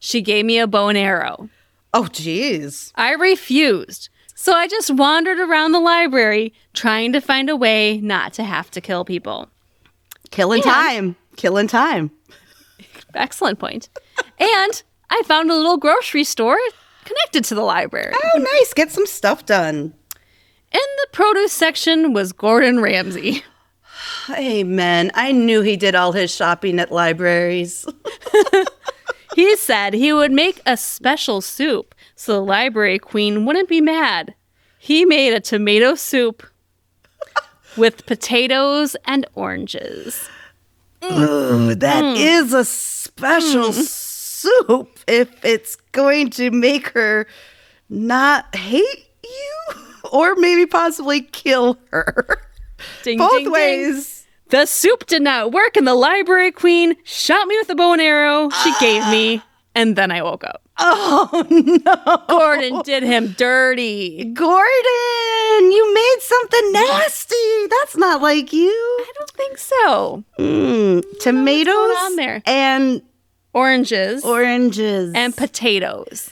Speaker 2: She gave me a bow and arrow.
Speaker 1: Oh, jeez.
Speaker 2: I refused. So I just wandered around the library trying to find a way not to have to kill people.
Speaker 1: Killing time. Killing time.
Speaker 2: Excellent point. and I found a little grocery store connected to the library.
Speaker 1: Oh, nice. Get some stuff done.
Speaker 2: In the produce section was Gordon Ramsay. <laughs>
Speaker 1: Amen. I knew he did all his shopping at libraries.
Speaker 2: He said he would make a special soup so the library queen wouldn't be mad. He made a tomato soup <laughs> with potatoes and oranges.
Speaker 1: Ooh, that is a special soup if it's going to make her not hate you or maybe possibly kill her.
Speaker 2: Ding,
Speaker 1: Both
Speaker 2: ding, ding.
Speaker 1: ways.
Speaker 2: The soup did not work, and the library queen shot me with a bow and arrow she gave me, and then I woke <laughs> up.
Speaker 1: Oh, no.
Speaker 2: Gordon did him dirty.
Speaker 1: Gordon, you made something nasty. That's not like you.
Speaker 2: I don't think so.
Speaker 1: Mm, tomatoes
Speaker 2: on there.
Speaker 1: and
Speaker 2: Oranges
Speaker 1: oranges.
Speaker 2: and potatoes.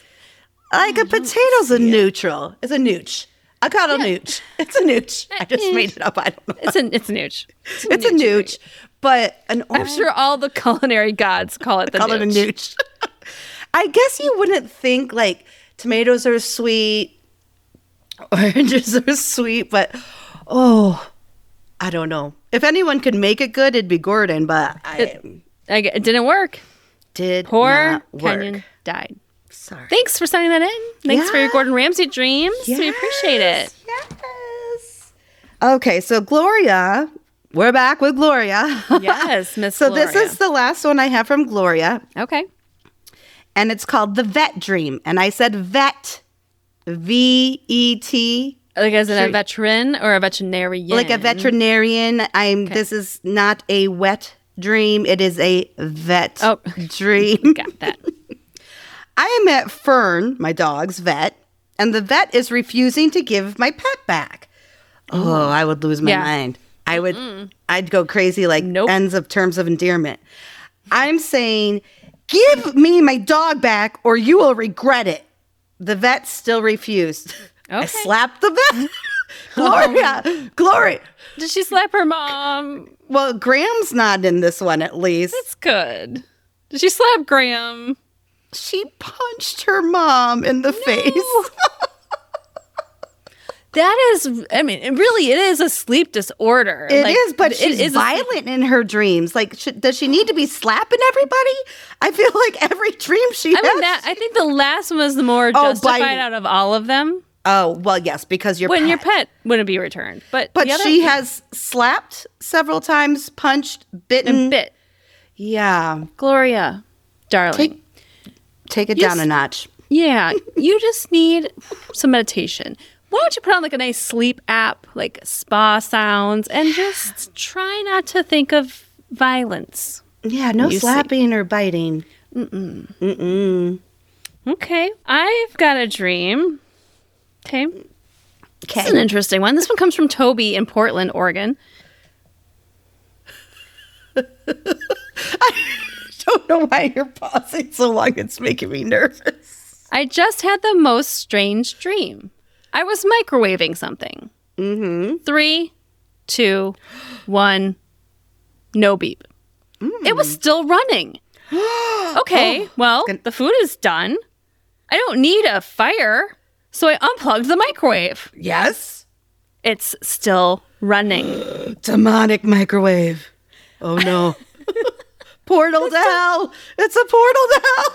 Speaker 1: like a potato's a neutral. It's a nooch. I call it a nooch. It's <laughs> a nooch. I just made it up. I don't know.
Speaker 2: It's an it's an ooch.
Speaker 1: It's a nooch, but an
Speaker 2: I'm
Speaker 1: orange.
Speaker 2: sure all the <laughs> culinary gods call it the
Speaker 1: call it a
Speaker 2: nooch.
Speaker 1: nooch. <laughs> I guess you wouldn't think like tomatoes are sweet, <laughs> oranges are sweet, but oh, I don't know. If anyone could make it good, it'd be Gordon, but I
Speaker 2: I g- it didn't work.
Speaker 1: did
Speaker 2: Poor
Speaker 1: not work.
Speaker 2: Kenyon died.
Speaker 1: Sorry.
Speaker 2: Thanks for sending that in. Thanks for your
Speaker 1: Yeah.
Speaker 2: Gordon Ramsay dreams. We appreciate it.
Speaker 1: Yes. Okay, so Gloria, we're back with Gloria. <laughs>
Speaker 2: Yes, Miss
Speaker 1: so this
Speaker 2: Gloria.
Speaker 1: is the last one I have from Gloria.
Speaker 2: Okay.
Speaker 1: and it's called the vet dream and i said vet E v-e-t
Speaker 2: Like as in a veteran or a veterinarian.
Speaker 1: like a veterinarian i'm this is not a wet dream it is a vet
Speaker 2: Oh.
Speaker 1: <laughs> dream
Speaker 2: Got that.
Speaker 1: i am at fern my dog's vet and the vet is refusing to give my pet back Oh, I would lose my
Speaker 2: Yeah.
Speaker 1: mind. I would I'd go crazy like
Speaker 2: Nope.
Speaker 1: ends of terms of endearment. I'm saying give me my dog back or you will regret it. The vet still refused. I
Speaker 2: Okay. Oh.
Speaker 1: slapped the vet. <laughs> Gloria, Gloria.
Speaker 2: <laughs> Did she slap her mom?
Speaker 1: Well, Graham's not in this one at least.
Speaker 2: That's good. Did she slap Graham?
Speaker 1: She punched her mom in the face.
Speaker 2: That is, I mean, it really, it is a sleep disorder.
Speaker 1: It is,
Speaker 2: Like,
Speaker 1: but
Speaker 2: it
Speaker 1: she's
Speaker 2: is a-
Speaker 1: violent in her dreams. Like, sh- does she need to be slapping everybody? I feel like every dream she
Speaker 2: I
Speaker 1: has.
Speaker 2: mean, that, I think the last one was the more
Speaker 1: Oh,
Speaker 2: justified
Speaker 1: biting.
Speaker 2: out of all of them.
Speaker 1: oh well, yes, because your
Speaker 2: When
Speaker 1: pet.
Speaker 2: your pet wouldn't be returned, but
Speaker 1: but
Speaker 2: the other
Speaker 1: she has slapped several times, punched, bitten.
Speaker 2: bit
Speaker 1: yeah,
Speaker 2: Gloria, darling.
Speaker 1: Take- take it
Speaker 2: You
Speaker 1: down a
Speaker 2: s-
Speaker 1: notch.
Speaker 2: Yeah, you just need some meditation. Why don't you put on like a nice sleep app, like spa sounds, and just try not to think of violence.
Speaker 1: Yeah, no
Speaker 2: You see.
Speaker 1: slapping or biting.
Speaker 2: Okay, I've got a dream. Okay, this is an
Speaker 1: Okay,
Speaker 2: interesting one. This one comes from Toby in Portland, Oregon.
Speaker 1: <laughs> don't know why you're pausing so long. It's making me nervous. <gasps>
Speaker 2: I just had the most strange dream. I was microwaving something. Mm-hmm. Three, two, one, no beep. It was still running. okay, well,
Speaker 1: gonna-
Speaker 2: the food is done. I don't need a fire. So I unplugged the microwave.
Speaker 1: Yes,
Speaker 2: It's still running.
Speaker 1: demonic microwave. Oh
Speaker 2: <laughs>
Speaker 1: no. portal to hell. It's a portal to hell.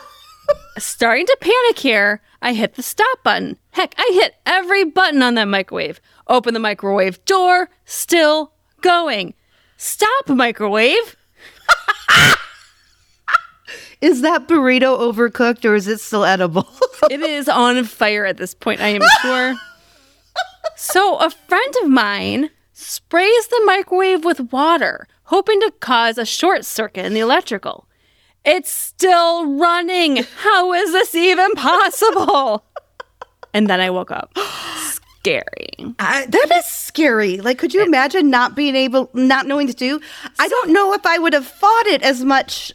Speaker 2: Starting to panic here, I hit the stop button. Heck, I hit every button on that microwave. Open the microwave door, still going. Stop, microwave.
Speaker 1: Is that burrito overcooked or is it still edible? <laughs>
Speaker 2: It is on fire at this point, I am sure. so, a friend of mine sprays the microwave with water, hoping to cause a short circuit in the electrical. It's still running. How is this even possible? And then I woke up. Scary.
Speaker 1: I, that is scary. Like, could you imagine not being able, not knowing to do? I don't know if I would have fought it as <laughs> much.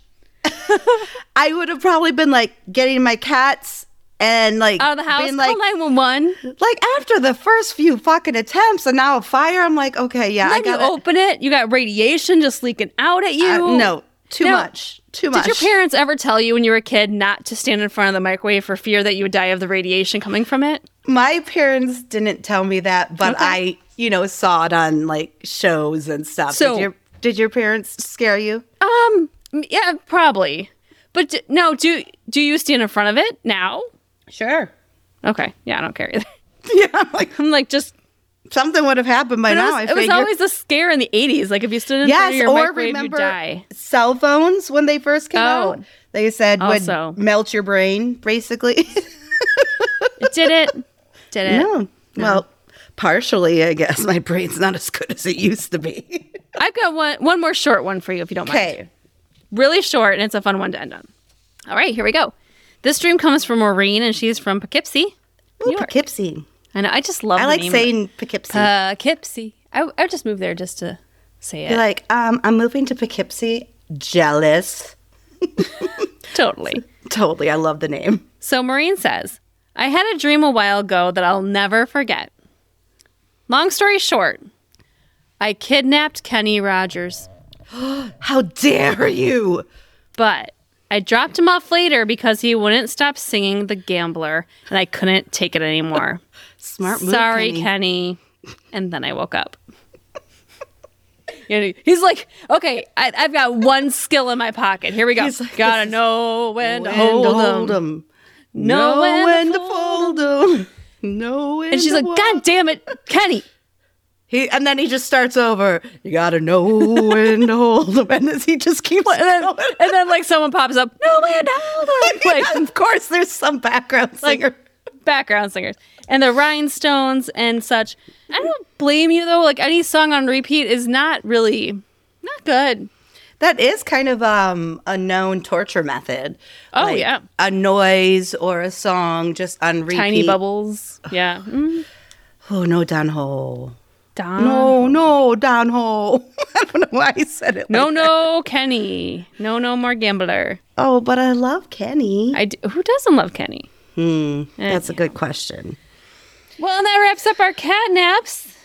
Speaker 1: I would have probably been like getting my cats and like
Speaker 2: Out of the house,
Speaker 1: being like,
Speaker 2: call 911.
Speaker 1: like after the first few fucking attempts and now a fire. I'm like, okay, yeah, I
Speaker 2: Then you
Speaker 1: got
Speaker 2: open it, you got radiation just leaking out at you.
Speaker 1: no, too
Speaker 2: Now,
Speaker 1: much, too much.
Speaker 2: Did your parents ever tell you when you were a kid not to stand in front of the microwave for fear that you would die of the radiation coming from it?
Speaker 1: My parents didn't tell me that, but I, you know, saw it on like shows and stuff.
Speaker 2: So-
Speaker 1: did your, did your parents scare you?
Speaker 2: Um, yeah, probably. But d- no, do do you stand in front of it now?
Speaker 1: Sure.
Speaker 2: Okay, yeah, I don't care either.
Speaker 1: <laughs>
Speaker 2: <laughs>
Speaker 1: Yeah, I'm like
Speaker 2: I'm like just.
Speaker 1: something would have happened by
Speaker 2: But
Speaker 1: now.
Speaker 2: it, was,
Speaker 1: I
Speaker 2: it was
Speaker 1: figure.
Speaker 2: always a scare in the '80s. Like if you stood in front of
Speaker 1: yes,
Speaker 2: your
Speaker 1: or
Speaker 2: microwave,
Speaker 1: remember
Speaker 2: you die.
Speaker 1: cell phones when they first came
Speaker 2: Oh.
Speaker 1: out? They said
Speaker 2: Also.
Speaker 1: would melt your brain,
Speaker 2: <laughs>
Speaker 1: basically.
Speaker 2: It did it?
Speaker 1: <laughs>
Speaker 2: Did it?
Speaker 1: no. Well, partially, I guess my brain's not as good as it used to be.
Speaker 2: I've got one one more short one for you if you don't mind.
Speaker 1: Okay.
Speaker 2: really short and it's a fun one to end on. All right, here we go. This dream comes from Maureen and she's from Poughkeepsie. New
Speaker 1: Ooh,
Speaker 2: York.
Speaker 1: Poughkeepsie.
Speaker 2: And I just love
Speaker 1: I
Speaker 2: the
Speaker 1: like
Speaker 2: name of it.
Speaker 1: saying Poughkeepsie.
Speaker 2: Uh, Poughkeepsie. I, I would just moved there just to say it.
Speaker 1: You're like, um, I'm moving to Poughkeepsie. Jealous.
Speaker 2: totally.
Speaker 1: Totally. I love the name.
Speaker 2: So Maureen says, I had a dream a while ago that I'll never forget. Long story short, I kidnapped Kenny Rogers,
Speaker 1: How dare you?
Speaker 2: but I dropped him off later because he wouldn't stop singing The Gambler and I couldn't take it anymore.
Speaker 1: Smart move.
Speaker 2: Sorry,
Speaker 1: Kenny.
Speaker 2: Kenny. And then I woke up. <laughs> And he- He's like, okay, I, I've got one skill in my pocket. Here we go.
Speaker 1: He's like,
Speaker 2: Gotta
Speaker 1: this is-
Speaker 2: know when,
Speaker 1: When
Speaker 2: to hold,
Speaker 1: hold
Speaker 2: 'em.
Speaker 1: 'em.
Speaker 2: Know
Speaker 1: Know
Speaker 2: when to
Speaker 1: when to fold 'em. <laughs> Know when
Speaker 2: And she's
Speaker 1: to
Speaker 2: like,
Speaker 1: wa-
Speaker 2: God damn it, Kenny.
Speaker 1: He, and then he just starts over. You gotta know when to hold 'em. And as he just keeps
Speaker 2: And then,
Speaker 1: going.
Speaker 2: and then like someone pops up, no when to hold 'em.
Speaker 1: <laughs> Yeah,
Speaker 2: <laughs> Like
Speaker 1: of course, there's some background singer.
Speaker 2: background singers. And the rhinestones and such. I don't blame you though. Like any song on repeat is not really not good.
Speaker 1: That is kind of um, a known torture method.
Speaker 2: Oh, yeah.
Speaker 1: a noise or a song just on repeat.
Speaker 2: Mm-hmm. Tiny bubbles. Yeah. Mm.
Speaker 1: Oh no, Don Ho.
Speaker 2: Don.
Speaker 1: No, no, Don Ho. <laughs> I don't know why I said it.
Speaker 2: No,
Speaker 1: like-
Speaker 2: no, Kenny. No, no more gambler.
Speaker 1: Oh, but I love Kenny.
Speaker 2: I do, who doesn't love Kenny? Eh.
Speaker 1: Hmm, that's a good question.
Speaker 2: Well, and that wraps up our catnaps.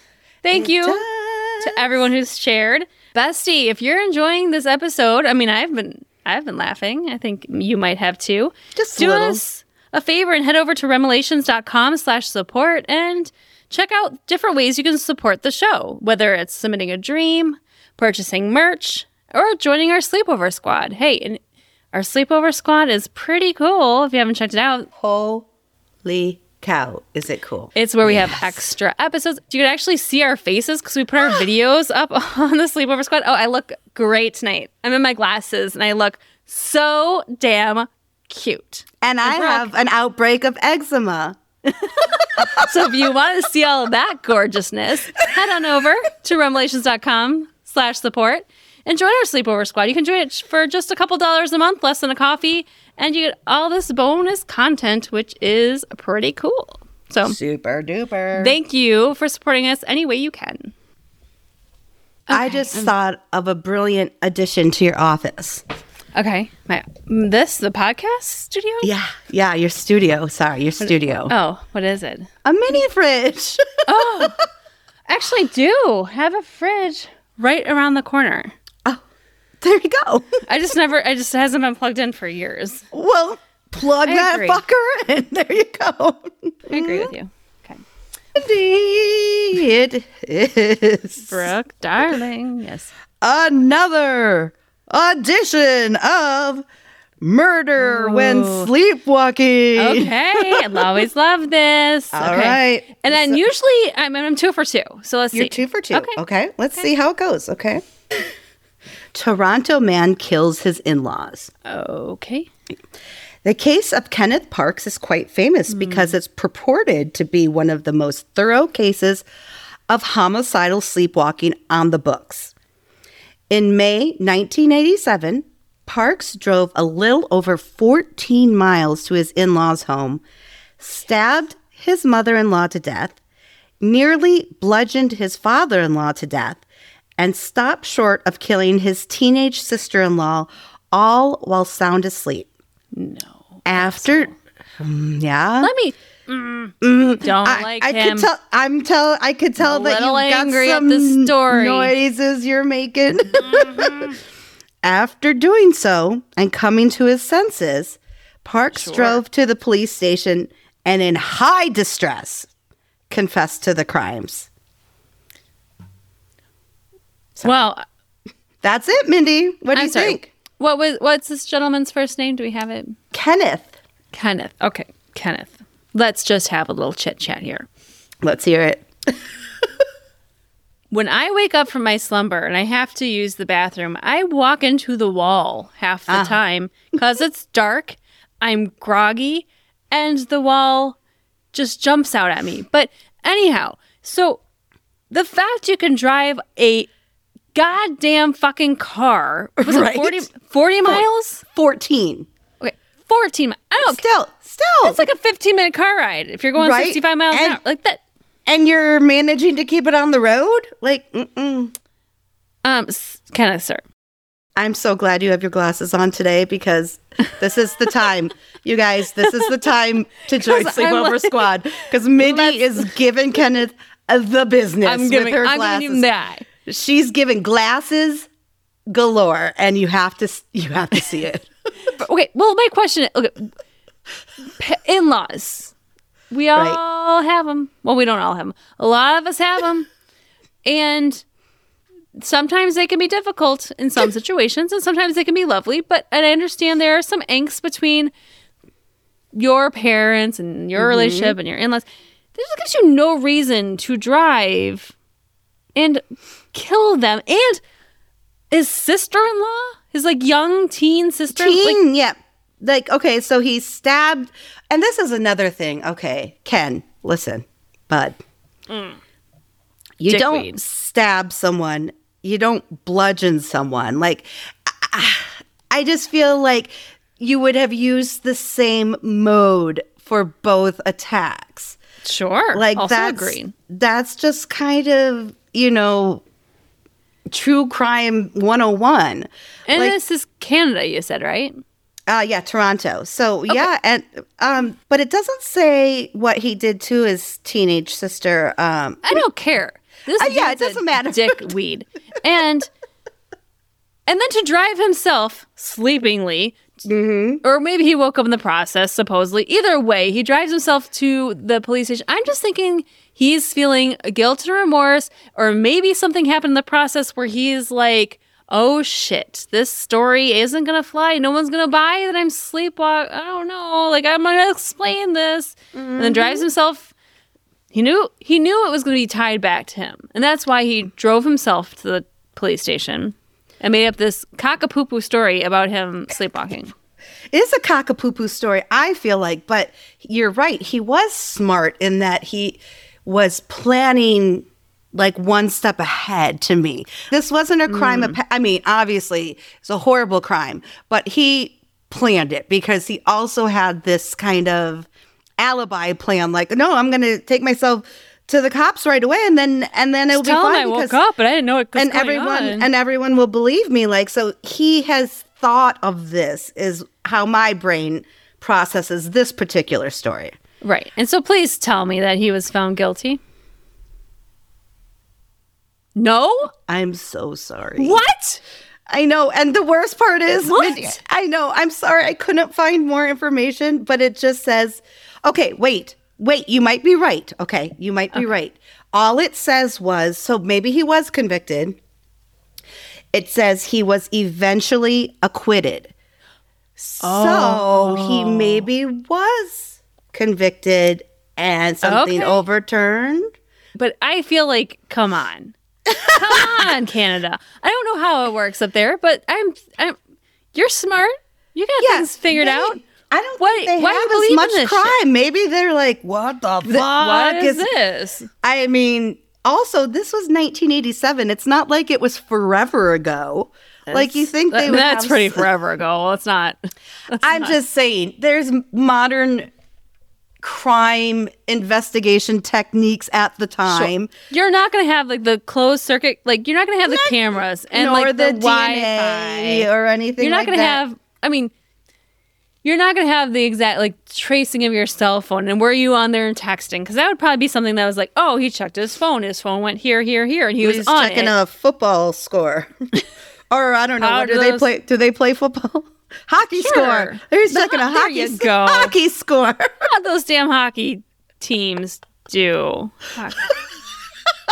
Speaker 2: Thank you
Speaker 1: Ta-
Speaker 2: to everyone who's shared. Bestie, if you're enjoying this episode, I mean, I've been I've been laughing. I think you might have too.
Speaker 1: Just a
Speaker 2: do
Speaker 1: little.
Speaker 2: us a favor and head over to remelations.com slash support and check out different ways you can support the show, whether it's submitting a dream, purchasing merch, or joining our sleepover squad. Hey, and our sleepover squad is pretty cool if you haven't checked it out.
Speaker 1: Holy cow, is it cool?
Speaker 2: It's where we have extra episodes. You can actually see our faces because we put our videos up <laughs> on the Sleepover Squad. Oh, I look great tonight. I'm in my glasses and I look so damn cute.
Speaker 1: And I
Speaker 2: Brooke.
Speaker 1: have an outbreak of eczema.
Speaker 2: So if you want to see all of that gorgeousness, head on over to revelations.com slash support and join our Sleepover Squad. You can join it for just a couple dollars a month, less than a coffee, and you get all this bonus content, which is pretty cool. So
Speaker 1: Super duper.
Speaker 2: thank you for supporting us any way you can.
Speaker 1: I just thought of a brilliant addition to your office.
Speaker 2: Okay. My this the podcast studio?
Speaker 1: Yeah, yeah, your studio. Sorry, your studio.
Speaker 2: Oh, what is it?
Speaker 1: A mini fridge. <laughs>
Speaker 2: Actually, I do have a fridge right around the corner.
Speaker 1: Oh, there you
Speaker 2: <laughs>
Speaker 1: go.
Speaker 2: I just never I just hasn't been plugged in for years.
Speaker 1: Well, plug
Speaker 2: I
Speaker 1: that
Speaker 2: agree.
Speaker 1: fucker in. <laughs> There you go.
Speaker 2: I agree with you. Okay.
Speaker 1: Indeed, it is
Speaker 2: Brooke, darling. Yes.
Speaker 1: another edition of Murder When Sleepwalking.
Speaker 2: Okay.
Speaker 1: <laughs>
Speaker 2: I always love this.
Speaker 1: All
Speaker 2: okay.
Speaker 1: right.
Speaker 2: And then usually I'm I'm two for two. So let's
Speaker 1: You're
Speaker 2: see.
Speaker 1: two for two. Okay.
Speaker 2: Okay.
Speaker 1: Let's see how it goes. Okay. <laughs> Toronto man kills his in laws.
Speaker 2: Okay.
Speaker 1: The case of Kenneth Parks is quite
Speaker 2: Hmm.
Speaker 1: famous because it's purported to be one of the most thorough cases of homicidal sleepwalking on the books. In May 1987, Parks drove a little over 14 miles to his in law's home, stabbed his mother in law to death, nearly bludgeoned his father in law to death, and stopped short of killing his teenage sister in law, all while sound asleep.
Speaker 2: No.
Speaker 1: After, Mm, yeah,
Speaker 2: Let me mm, don't
Speaker 1: I,
Speaker 2: like
Speaker 1: I
Speaker 2: him.
Speaker 1: could tell. I'm tell. I could tell
Speaker 2: A
Speaker 1: that
Speaker 2: little
Speaker 1: you got
Speaker 2: angry at
Speaker 1: some
Speaker 2: the story. Mm-hmm.
Speaker 1: noises you're making. <laughs> After doing so and coming to his senses, Parks drove to the police station and, in high distress, confessed to the crimes.
Speaker 2: well,
Speaker 1: That's it, Mindy. What do
Speaker 2: I'm
Speaker 1: you
Speaker 2: sorry.
Speaker 1: think,
Speaker 2: What was what's this gentleman's first name? Do we have it?
Speaker 1: Kenneth?
Speaker 2: Kenneth. Okay, Kenneth. Let's just have a little chit chat here.
Speaker 1: Let's hear it.
Speaker 2: When I wake up from my slumber and I have to use the bathroom, I walk into the wall half
Speaker 1: Ah.
Speaker 2: the time
Speaker 1: <laughs>
Speaker 2: because it's dark, I'm groggy, and the wall just jumps out at me. But anyhow, so the fact you can drive a goddamn
Speaker 1: <laughs>
Speaker 2: fucking car was
Speaker 1: Right. Oh.
Speaker 2: it 40, 40 miles?
Speaker 1: Fourteen.
Speaker 2: Okay, 14 miles. I don't
Speaker 1: Still, still,
Speaker 2: It's like a 15 minute car ride if you're going
Speaker 1: Right?
Speaker 2: 65 miles an
Speaker 1: And-
Speaker 2: hour. Like that.
Speaker 1: and you're managing to keep it on the road. Like, mm-mm.
Speaker 2: Um, s- kind of, sir.
Speaker 1: I'm so glad you have your glasses on today because this is the
Speaker 2: <laughs>
Speaker 1: time, you guys. This is the time to join
Speaker 2: 'Cause I'm
Speaker 1: Sleepover
Speaker 2: like-
Speaker 1: Squad because Mindy
Speaker 2: Let's-
Speaker 1: is giving Kenneth uh, the business
Speaker 2: I'm giving,
Speaker 1: with her
Speaker 2: I'm
Speaker 1: glasses.
Speaker 2: giving him that.
Speaker 1: She's giving glasses galore, and you have to s- you have to see it.
Speaker 2: But, okay. Well, my question okay, in laws. We all
Speaker 1: Right.
Speaker 2: have them. Well, we don't all have them. A lot of us have them. and sometimes they can be difficult in some situations, and sometimes they can be lovely. But and I understand there are some angst between your parents and your relationship and your in-laws. This just gives you no reason to drive and kill them. And his sister-in-law, his like young teen sister, like,
Speaker 1: Teen, yeah. Like, okay, so he stabbed, and this is another thing. Okay, Ken, listen, bud.
Speaker 2: Mm.
Speaker 1: You don't
Speaker 2: Dickweed.
Speaker 1: stab someone. You don't bludgeon someone. Like, I, I just feel like you would have used the same mode for both attacks.
Speaker 2: sure,
Speaker 1: Like
Speaker 2: also
Speaker 1: that's
Speaker 2: agree.
Speaker 1: that's just kind of you know, true crime 101.
Speaker 2: And
Speaker 1: Like-
Speaker 2: this is Canada, you said, right?
Speaker 1: Uh, yeah, Toronto. So yeah, and um, but it doesn't say what he did to his teenage sister. Um,
Speaker 2: I don't care. This
Speaker 1: Uh, yeah,
Speaker 2: dude's
Speaker 1: it doesn't
Speaker 2: a
Speaker 1: matter.
Speaker 2: Dick weed, and and then to drive himself sleepingly,
Speaker 1: Mm-hmm.
Speaker 2: or maybe he woke up in the process. Supposedly, either way, he drives himself to the police station. I'm just thinking he's feeling guilt or remorse, or maybe something happened in the process where he's like. Oh shit, this story isn't gonna fly. No one's gonna buy that I'm sleepwalk. I don't know. Like, I'm gonna explain this. And
Speaker 1: Mm-hmm.
Speaker 2: then drives himself he knew he knew it was going to be tied back to him, and that's why he drove himself to the police station and made up this cockapoo story about him sleepwalking.
Speaker 1: it is a cockapoo story, I feel like, but you're right. He was smart in that he was planning like one step ahead to me. This wasn't a crime.
Speaker 2: Mm.
Speaker 1: Of, pa- I mean, obviously, it's a horrible crime, but he planned it because he also had this kind of alibi plan like no i'm going to take myself to the cops right away and then and then it'll
Speaker 2: Tell
Speaker 1: be
Speaker 2: him
Speaker 1: fine
Speaker 2: I woke
Speaker 1: because-
Speaker 2: up, but I didn't know it was
Speaker 1: and
Speaker 2: going
Speaker 1: everyone
Speaker 2: on.
Speaker 1: and everyone will believe me like so he has thought of this is how my brain processes this particular story
Speaker 2: right. And so, please tell me that he was found guilty. No.
Speaker 1: i'm so sorry
Speaker 2: What?
Speaker 1: i know and the worst part is
Speaker 2: What?
Speaker 1: when- i know i'm sorry i couldn't find more information but it just says okay wait wait you might be right okay you might be right all it says was so maybe he was convicted it says he was eventually acquitted. So
Speaker 2: Oh.
Speaker 1: he maybe was convicted and something
Speaker 2: Okay.
Speaker 1: overturned.
Speaker 2: But I feel like, come on,
Speaker 1: <laughs>
Speaker 2: come on, Canada. I don't know how it works up there, but I'm, I'm. You're smart. You got
Speaker 1: Yeah,
Speaker 2: things figured
Speaker 1: they-
Speaker 2: out.
Speaker 1: I don't
Speaker 2: Why-
Speaker 1: think they
Speaker 2: why do you
Speaker 1: have
Speaker 2: believe
Speaker 1: as
Speaker 2: in
Speaker 1: much
Speaker 2: this
Speaker 1: crime. Maybe they're like, what the fuck
Speaker 2: What is
Speaker 1: is-
Speaker 2: this?
Speaker 1: I mean, also this was 1987. It's not like it was forever ago. like you think they
Speaker 2: That-
Speaker 1: would
Speaker 2: that's
Speaker 1: have
Speaker 2: pretty
Speaker 1: s-
Speaker 2: forever ago. Let's not.
Speaker 1: <laughs> I'm just saying, there's modern crime investigation techniques at the time,
Speaker 2: You're not going to have like the closed circuit. Like you're not going to have the cameras and
Speaker 1: nor
Speaker 2: like
Speaker 1: the,
Speaker 2: Wi-Fi.
Speaker 1: DNA or anything.
Speaker 2: you're not
Speaker 1: like
Speaker 2: going to
Speaker 1: that.
Speaker 2: have. I mean, you're not going to have the exact like tracing of your cell phone and were you on there and texting because that would probably be something that was like, oh, he checked his phone. His phone went here, here, here, and he was
Speaker 1: He's
Speaker 2: on
Speaker 1: checking
Speaker 2: it.
Speaker 1: a football score, <laughs> or I don't know.
Speaker 2: How
Speaker 1: What,
Speaker 2: do
Speaker 1: do they
Speaker 2: those-
Speaker 1: play? Do they play football? <laughs> hockey
Speaker 2: Sure.
Speaker 1: score. He's
Speaker 2: The
Speaker 1: checking a
Speaker 2: ho- there
Speaker 1: hockey
Speaker 2: you
Speaker 1: s-
Speaker 2: go.
Speaker 1: hockey score. <laughs>
Speaker 2: What those damn hockey teams do?
Speaker 1: <laughs>
Speaker 2: Fuck.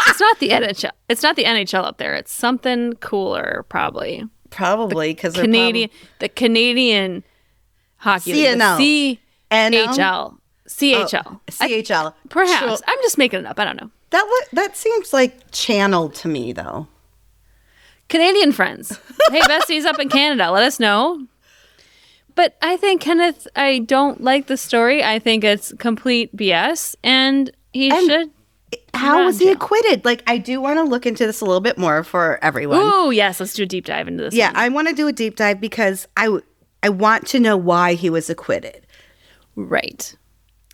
Speaker 2: it's not the NHL. It's not the NHL up there. It's something cooler, probably.
Speaker 1: Probably because
Speaker 2: Canadian, the Canadian hockey
Speaker 1: CNL.
Speaker 2: league, the CHL, CHL.
Speaker 1: Oh, CHL.
Speaker 2: Perhaps
Speaker 1: Sure.
Speaker 2: I'm just making it up. I don't know.
Speaker 1: that look that seems like channel to me though. <laughs>
Speaker 2: Canadian friends, hey besties up in Canada, let us know. But I think Kenneth, I don't like the story. I think it's complete BS, and he
Speaker 1: And-
Speaker 2: should.
Speaker 1: How
Speaker 2: Not
Speaker 1: was
Speaker 2: in
Speaker 1: he
Speaker 2: jail.
Speaker 1: acquitted? Like I do want to look into this a little bit more for everyone.
Speaker 2: Oh yes, let's do a deep dive into this.
Speaker 1: Yeah, I want to do a deep dive because I w- I want to know why he was acquitted.
Speaker 2: one. right.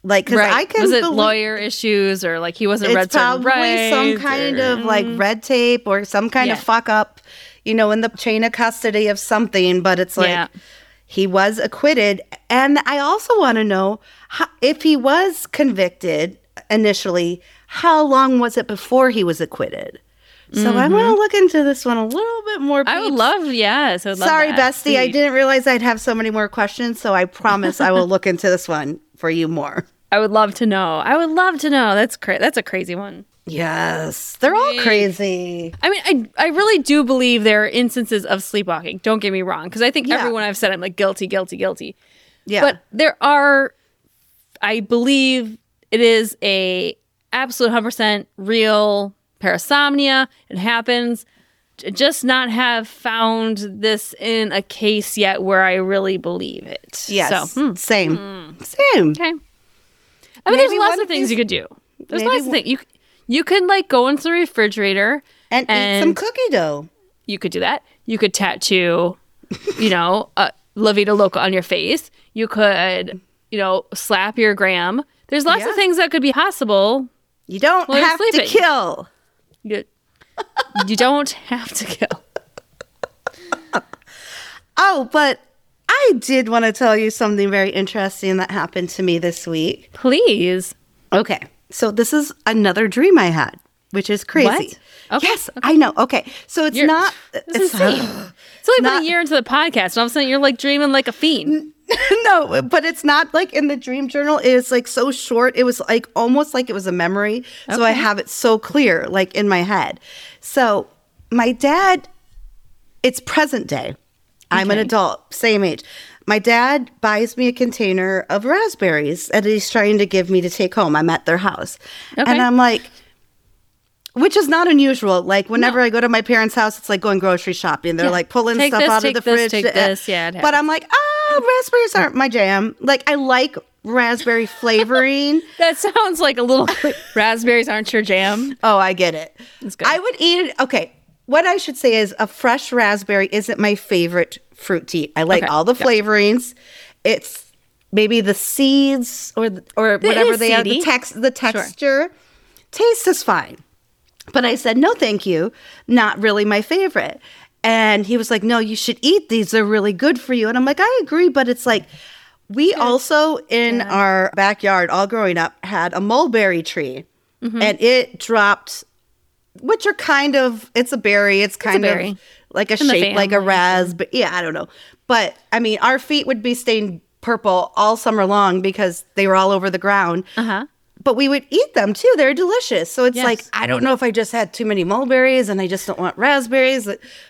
Speaker 1: Like, because
Speaker 2: Right.
Speaker 1: I can
Speaker 2: was it
Speaker 1: believe
Speaker 2: lawyer issues or like he wasn't read
Speaker 1: it's
Speaker 2: certain
Speaker 1: probably some
Speaker 2: rights
Speaker 1: kind
Speaker 2: or- Mm.
Speaker 1: of like red tape or some kind of
Speaker 2: Yeah.
Speaker 1: fuck up, you know, in the chain of custody of something. But it's like
Speaker 2: Yeah.
Speaker 1: he was acquitted, and I also want to know how, if he was convicted initially. How long was it before he was acquitted? So I want to look into this one a little bit more.
Speaker 2: Mm-hmm. I would
Speaker 1: peeps.
Speaker 2: love. Yes, I would love
Speaker 1: Sorry,
Speaker 2: that.
Speaker 1: bestie. I
Speaker 2: Please.
Speaker 1: didn't realize I'd have so many more questions, so I promise I
Speaker 2: <laughs>
Speaker 1: will look into this one for you more.
Speaker 2: I would love to know. I would love to know. That's cra- that's a crazy one.
Speaker 1: Yes, they're all crazy.
Speaker 2: I mean, I I really do believe there are instances of sleepwalking. Don't get me wrong, because I think
Speaker 1: Yeah.
Speaker 2: everyone I've said I'm like guilty, guilty, guilty.
Speaker 1: Yeah,
Speaker 2: But there are, I believe it is a absolute hundred percent real parasomnia. It happens. J- Just not have found this in a case yet where I really believe it.
Speaker 1: yes,
Speaker 2: So, hmm,
Speaker 1: same, same.
Speaker 2: okay. I mean, there's
Speaker 1: Maybe
Speaker 2: lots
Speaker 1: one
Speaker 2: of
Speaker 1: of
Speaker 2: things
Speaker 1: these-
Speaker 2: you could do. There's
Speaker 1: maybe
Speaker 2: lots of things you c- you can like go into the refrigerator
Speaker 1: And, eat some cookie dough.
Speaker 2: you could do that. You could tattoo, you know, a La Vida Loca on your face. You could, you know, slap your gram. There's lots
Speaker 1: Yeah.
Speaker 2: of things that could be possible.
Speaker 1: You don't
Speaker 2: you're
Speaker 1: have to <laughs>
Speaker 2: sleeping.
Speaker 1: kill.
Speaker 2: You- you don't have to kill.
Speaker 1: Oh, but I did want to tell you something very interesting that happened to me this week.
Speaker 2: Please.
Speaker 1: Okay. So this is another dream I had, which is crazy.
Speaker 2: What? Okay,
Speaker 1: Yes, I know. Okay. So it's
Speaker 2: You're-
Speaker 1: not it's
Speaker 2: insane. It's only
Speaker 1: Not-
Speaker 2: been a year into the podcast, and all of a sudden you're like dreaming like a fiend.
Speaker 1: <laughs> no, but it's not like in the dream journal. It is like so short. It was like almost like it was a memory. So I have it so clear, like in my head. So my dad, it's present day. I'm an adult, same age. My dad buys me a container of raspberries that he's trying to give me to take home. I'm at their house.
Speaker 2: Okay.
Speaker 1: And I'm like, which is not unusual. Like whenever I go to my parents' house, it's like going grocery shopping. They're
Speaker 2: Yeah.
Speaker 1: like pulling
Speaker 2: Take
Speaker 1: stuff
Speaker 2: this,
Speaker 1: out
Speaker 2: take
Speaker 1: of the fridge.
Speaker 2: this, take this. Yeah, it
Speaker 1: but I'm like, ah, raspberries aren't my jam. Like I like
Speaker 2: <laughs>
Speaker 1: raspberry flavoring.
Speaker 2: That sounds like
Speaker 1: <laughs>
Speaker 2: a little raspberries aren't your jam.
Speaker 1: oh, I get it.
Speaker 2: good.
Speaker 1: I would eat it. Okay, what I should say is a fresh raspberry isn't my favorite fruit to eat. I like
Speaker 2: Okay,
Speaker 1: all the
Speaker 2: yeah.
Speaker 1: flavorings. It's maybe the seeds or the, or whatever
Speaker 2: is
Speaker 1: they are. The
Speaker 2: seedy.
Speaker 1: text, the texture, taste is fine. But I said, no, thank you. Not really my favorite. And he was like, no, you should eat these. They're really good for you. And I'm like, I agree. But it's like, we also in our backyard, all growing up, had a mulberry tree and it dropped, which are kind of, it's a berry. It's kind of
Speaker 2: berry.
Speaker 1: like a
Speaker 2: the
Speaker 1: shape, like a raspberry. Yeah, I don't know. But I mean, our feet would be stained purple all summer long because they were all over the ground
Speaker 2: Uh-huh.
Speaker 1: but we would eat them too. They're delicious. So it's
Speaker 2: Yes.
Speaker 1: like, I don't know if I just had too many mulberries and I just don't want raspberries.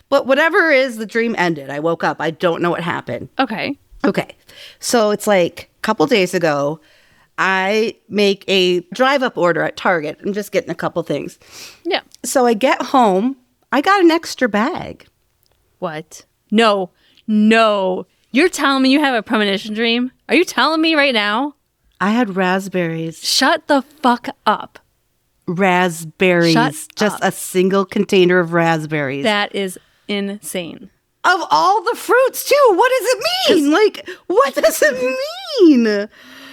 Speaker 1: But whatever is, the dream ended. I woke up. I don't know what happened.
Speaker 2: Okay.
Speaker 1: Okay. So it's like a couple days ago, I make a drive up order at Target. I'm just getting a couple things.
Speaker 2: Yeah.
Speaker 1: So I get home. I got an extra bag.
Speaker 2: What? No. No. You're telling me you have a premonition dream? Are you telling me right now?
Speaker 1: I had raspberries.
Speaker 2: Shut the fuck up.
Speaker 1: Raspberries. just a single container of raspberries.
Speaker 2: That is insane.
Speaker 1: of all the fruits too. What does it mean? Like, what does it mean?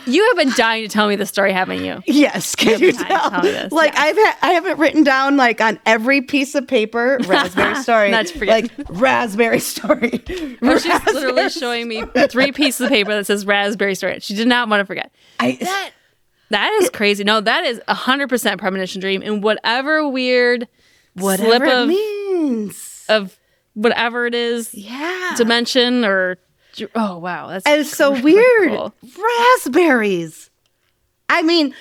Speaker 2: You have been dying to tell me this story,
Speaker 1: <laughs>
Speaker 2: haven't you?
Speaker 1: Yes, can you
Speaker 2: time
Speaker 1: tell?
Speaker 2: telling us,
Speaker 1: Like, I've ha- I have it written down like on every piece of <laughs> paper. Raspberry story.
Speaker 2: Not to forget.
Speaker 1: like raspberry <laughs> story.
Speaker 2: Well, she's literally showing me three pieces of paper that says raspberry story. She did not want to forget.
Speaker 1: I,
Speaker 2: That is crazy. No, that is 100% premonition dream and whatever weird slip
Speaker 1: whatever it
Speaker 2: of,
Speaker 1: means.
Speaker 2: of whatever it is,
Speaker 1: Yeah.
Speaker 2: dimension or. Oh, wow. That's
Speaker 1: It's so
Speaker 2: really
Speaker 1: weird.
Speaker 2: cool.
Speaker 1: Raspberries. I mean,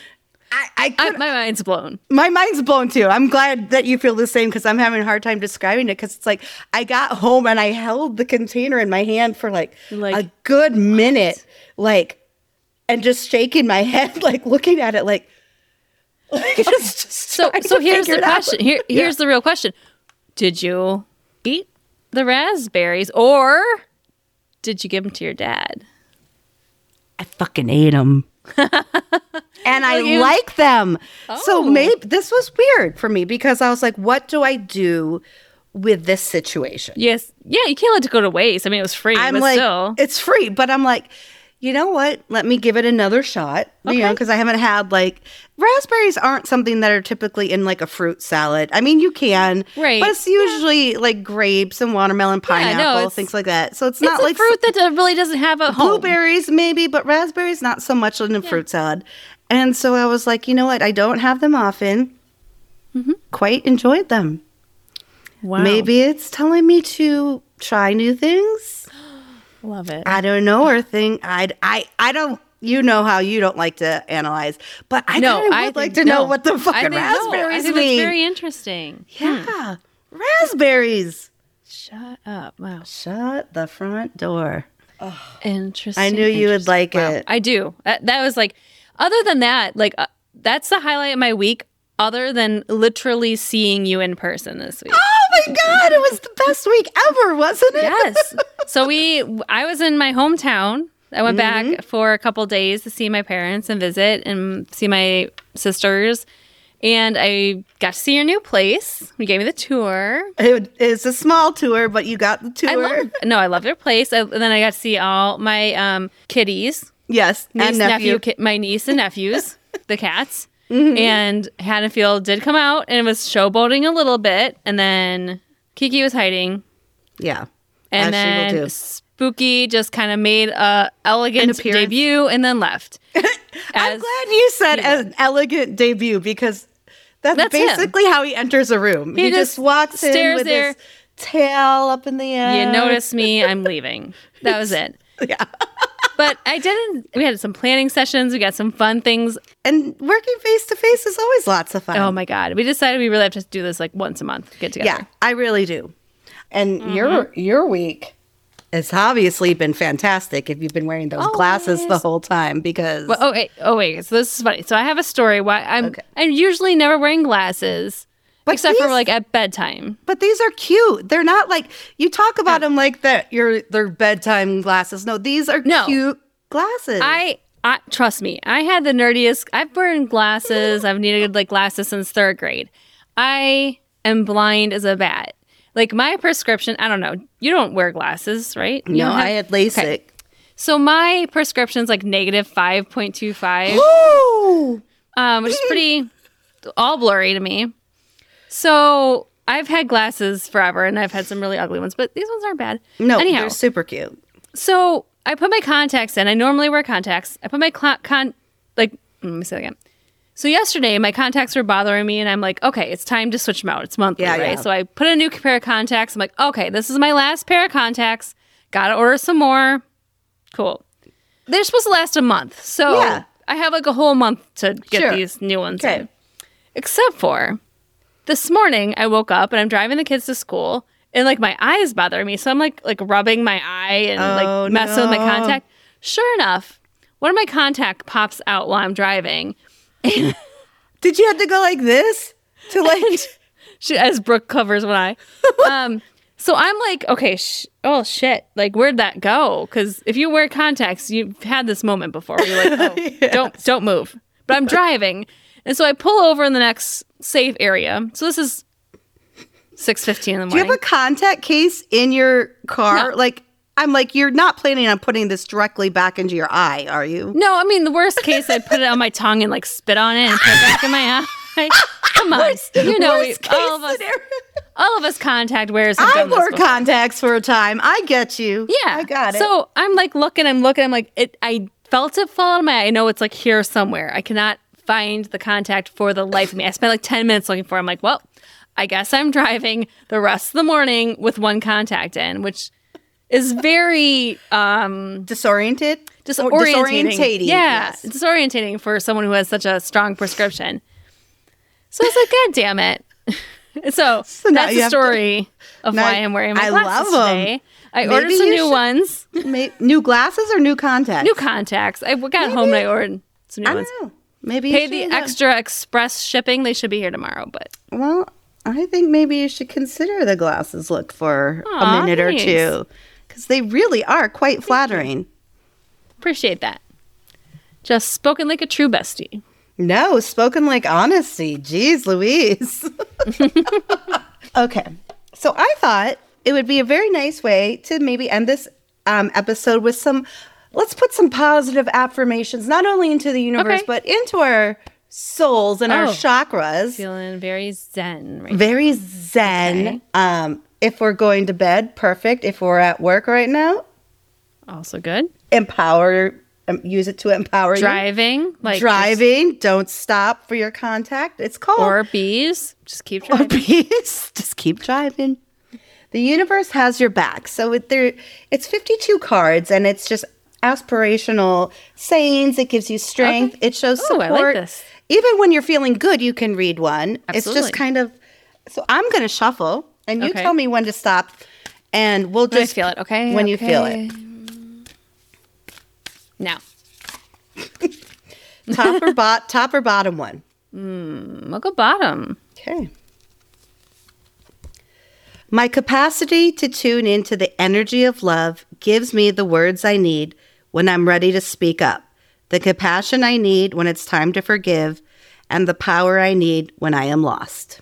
Speaker 1: I, I, could,
Speaker 2: I, my mind's blown.
Speaker 1: my mind's blown too. I'm glad that you feel the same because I'm having a hard time describing it because it's like I got home and I held the container in my hand for like,
Speaker 2: Like,
Speaker 1: a good minute, like, and just shaking my <laughs> head, like looking at it, like, like just, just
Speaker 2: So
Speaker 1: trying
Speaker 2: so
Speaker 1: to
Speaker 2: here's the
Speaker 1: figure it out.
Speaker 2: question. Here here's the real question. Did you eat the raspberries or did you give them to your dad?
Speaker 1: I fucking ate
Speaker 2: <laughs>
Speaker 1: them. and I
Speaker 2: you-
Speaker 1: like them. So
Speaker 2: Oh.
Speaker 1: maybe this was weird for me because I was like, what do I do with this situation?
Speaker 2: Yes. Yeah, you can't let it go to waste. I mean, it was free,
Speaker 1: I'm
Speaker 2: but
Speaker 1: like,
Speaker 2: still.
Speaker 1: it's free, but I'm like, you know what? Let me give it another shot. You know, because I haven't had like raspberries aren't something that are typically in like a fruit salad. I mean, you can,
Speaker 2: Right.
Speaker 1: But it's usually like grapes and watermelon,
Speaker 2: no,
Speaker 1: pineapple,
Speaker 2: it's-
Speaker 1: things like that. So it's,
Speaker 2: It's
Speaker 1: not
Speaker 2: a
Speaker 1: like
Speaker 2: fruit that uh, really doesn't have a home.
Speaker 1: blueberries maybe, but raspberries not so much in a fruit salad. And so I was like, you know what? I don't have them often. Quite enjoyed them.
Speaker 2: Mm-hmm. Wow.
Speaker 1: Maybe it's telling me to try new things.
Speaker 2: Love it.
Speaker 1: I don't know or think I I I don't you know how you don't like to analyze, but I
Speaker 2: no,
Speaker 1: kinda would
Speaker 2: I
Speaker 1: like
Speaker 2: think-
Speaker 1: to know
Speaker 2: no.
Speaker 1: what the
Speaker 2: I
Speaker 1: fucking
Speaker 2: think, no, I
Speaker 1: raspberries
Speaker 2: think that's
Speaker 1: mean.
Speaker 2: very interesting.
Speaker 1: yeah, raspberries.
Speaker 2: Shut up. Wow.
Speaker 1: Shut the front door.
Speaker 2: Interesting.
Speaker 1: I knew you would
Speaker 2: interesting.
Speaker 1: like
Speaker 2: Wow.
Speaker 1: it.
Speaker 2: I do. That, that was like, other than that, like, uh, that's the highlight of my week, other than literally seeing you in person this week.
Speaker 1: Oh my god, it was the best week ever, wasn't it?
Speaker 2: <laughs> yes. So we, I was in my hometown. I went back for a couple days to see my parents and visit and see my sisters. And I got to see your new place. You gave me the tour.
Speaker 1: It is a small tour, but you got the tour.
Speaker 2: I love, no, I love your place. I, and then I got to see all my um, kitties,
Speaker 1: yes,
Speaker 2: niece,
Speaker 1: and
Speaker 2: nephew,
Speaker 1: nephew. <laughs> Mm-hmm.
Speaker 2: ki- my niece and nephews, the cats. And Haddonfield did come out and was showboating a little bit. And then Kiki was hiding.
Speaker 1: Yeah.
Speaker 2: And
Speaker 1: As she will
Speaker 2: then
Speaker 1: do.
Speaker 2: Spooky just kind of made a elegant
Speaker 1: appearance.
Speaker 2: debut and then left.
Speaker 1: <laughs> I'm
Speaker 2: As-
Speaker 1: glad you said an elegant debut because that's,
Speaker 2: That's him.
Speaker 1: basically how he enters a room. He,
Speaker 2: He
Speaker 1: just,
Speaker 2: just
Speaker 1: walks in
Speaker 2: stares
Speaker 1: with
Speaker 2: there.
Speaker 1: his tail up in the air.
Speaker 2: you notice me, I'm leaving. That was it.
Speaker 1: <laughs> Yeah.
Speaker 2: But I didn't. We had some planning sessions. We got some fun things.
Speaker 1: And working face to face is always lots of fun.
Speaker 2: Oh my god! We decided we really have to do this like once a month. Get together.
Speaker 1: yeah, I really do. And
Speaker 2: Mm-hmm.
Speaker 1: your your week has obviously been fantastic if you've been wearing those glasses the
Speaker 2: Always.
Speaker 1: whole time because
Speaker 2: But oh wait, oh wait. So this is funny. So I have a story. Why I'm
Speaker 1: Okay.
Speaker 2: I'm usually never wearing glasses
Speaker 1: But
Speaker 2: except for
Speaker 1: these-
Speaker 2: like at bedtime.
Speaker 1: But these are cute. They're not like you talk about them like that. Your their bedtime glasses. No, these are
Speaker 2: No.
Speaker 1: cute glasses.
Speaker 2: I, I trust me. I had the nerdiest. I've worn glasses. I've needed like glasses since third grade. I am blind as a bat. Like my prescription. I don't know. You don't wear glasses, right? You
Speaker 1: no,
Speaker 2: don't have-
Speaker 1: I had LASIK.
Speaker 2: So my prescription's like negative five point two five.
Speaker 1: Ooh,
Speaker 2: um, which is
Speaker 1: <laughs>
Speaker 2: pretty all blurry to me. So I've had glasses forever, and I've had some really ugly ones, but these ones aren't bad.
Speaker 1: no,
Speaker 2: anyhow,
Speaker 1: they're super cute.
Speaker 2: so I put my contacts in. I normally wear contacts. I put my cl- con like let me say that again. So yesterday, my contacts were bothering me, and I'm like, okay, it's time to switch them out. It's monthly,
Speaker 1: Yeah,
Speaker 2: right?
Speaker 1: yeah.
Speaker 2: So I put a new pair of contacts. I'm like, okay, this is my last pair of contacts. Gotta order some more. Cool. They're supposed to last a month, so
Speaker 1: Yeah.
Speaker 2: I have like a whole month to get
Speaker 1: Sure.
Speaker 2: these new ones.
Speaker 1: Okay.
Speaker 2: in. Except for this morning, I woke up and I'm driving the kids to school, and like my eyes bother me, so I'm like like rubbing my eye and
Speaker 1: Oh,
Speaker 2: like messing with my
Speaker 1: no.
Speaker 2: contact. Sure enough, one of my contact pops out while I'm driving.
Speaker 1: Did you have to go like this
Speaker 2: <laughs>
Speaker 1: to like?
Speaker 2: She, as Brooke covers
Speaker 1: <laughs>
Speaker 2: one eye. Um, so I'm like, okay, sh- oh shit, like where'd that go? Because if you wear contacts, you've had this moment before. Where
Speaker 1: <laughs>
Speaker 2: you're like, oh, don't don't move. But I'm driving, and so I pull over in the next safe area. So this is six fifteen in the
Speaker 1: do you
Speaker 2: morning.
Speaker 1: have a contact case in your car?
Speaker 2: No.
Speaker 1: Like, I'm like, you're not planning on putting this directly back into your eye, are you?
Speaker 2: no, I mean the worst case, I'd put it on my tongue and like spit on it and put it back in my eye. Come on, you know we,
Speaker 1: Worst case
Speaker 2: all of us,
Speaker 1: scenario.
Speaker 2: all of us contact wearers. Have
Speaker 1: I
Speaker 2: done this
Speaker 1: wore
Speaker 2: before.
Speaker 1: contacts for a time. I get you.
Speaker 2: Yeah.
Speaker 1: I got it.
Speaker 2: So I'm like looking, I'm looking, I'm like, it, I felt it fall out of my eye. I know it's like here somewhere. I cannot find the contact for the life of me. I spent like 10 minutes looking for it. I'm like, well, I guess I'm driving the rest of the morning with one contact in, which is very um
Speaker 1: disoriented,
Speaker 2: disorientating.
Speaker 1: Oh, disorientating.
Speaker 2: Yeah.
Speaker 1: yes.
Speaker 2: Disorientating for someone who has such a strong prescription. So I was like, God damn it.
Speaker 1: <laughs>
Speaker 2: <laughs>
Speaker 1: now
Speaker 2: so, that's
Speaker 1: you
Speaker 2: the
Speaker 1: have to-
Speaker 2: story of
Speaker 1: now
Speaker 2: why I'm wearing my
Speaker 1: I
Speaker 2: glasses
Speaker 1: love 'em.
Speaker 2: today. I
Speaker 1: Maybe
Speaker 2: ordered some
Speaker 1: you
Speaker 2: new
Speaker 1: should- <laughs>
Speaker 2: ones.
Speaker 1: Ma- new glasses or new contacts?
Speaker 2: New contacts. I got home and I ordered some
Speaker 1: I
Speaker 2: new
Speaker 1: don't
Speaker 2: ones.
Speaker 1: know. Maybe you
Speaker 2: Pay
Speaker 1: should
Speaker 2: the
Speaker 1: do that.
Speaker 2: extra express shipping. They should be here tomorrow, but
Speaker 1: Well, I think maybe you should consider the glasses look for
Speaker 2: Aw,
Speaker 1: a minute
Speaker 2: thanks.
Speaker 1: or two because they really are quite flattering.
Speaker 2: appreciate that. Just spoken like a true bestie.
Speaker 1: No, spoken like honesty. Jeez Louise. <laughs> okay. So I thought it would be a very nice way to maybe end this um, episode with some, let's put some positive affirmations, not only into the universe,
Speaker 2: Okay.
Speaker 1: but into our souls and our
Speaker 2: Oh.
Speaker 1: chakras.
Speaker 2: Feeling very zen right
Speaker 1: Very zen.
Speaker 2: Okay.
Speaker 1: Um, if we're going to bed, perfect. If we're at work right now,
Speaker 2: now. Also good.
Speaker 1: empower, um, use it to empower you.
Speaker 2: Driving. Like
Speaker 1: Driving, don't stop for your contact. It's called
Speaker 2: just- Or bees. Just keep
Speaker 1: <laughs> or
Speaker 2: driving.
Speaker 1: peace. Just keep driving. The universe has your back. So with there, it's 52 cards and it's just aspirational sayings. It gives you strength. It shows
Speaker 2: Ooh, I
Speaker 1: support.
Speaker 2: like this.
Speaker 1: Even when you're feeling good, you can read one. It's
Speaker 2: Absolutely.
Speaker 1: just kind of so I'm going to shuffle and you
Speaker 2: Okay.
Speaker 1: tell me when to stop and we'll
Speaker 2: When I
Speaker 1: just
Speaker 2: feel it, okay?
Speaker 1: When you feel
Speaker 2: Okay.
Speaker 1: it. Oh.
Speaker 2: Now.
Speaker 1: Top
Speaker 2: <laughs>
Speaker 1: or bot top or bottom one.
Speaker 2: Look at bottom.
Speaker 1: Okay. My capacity to tune into the energy of love gives me the words I need when I'm ready to speak up, the compassion I need when it's time to forgive, and the power I need when I am lost.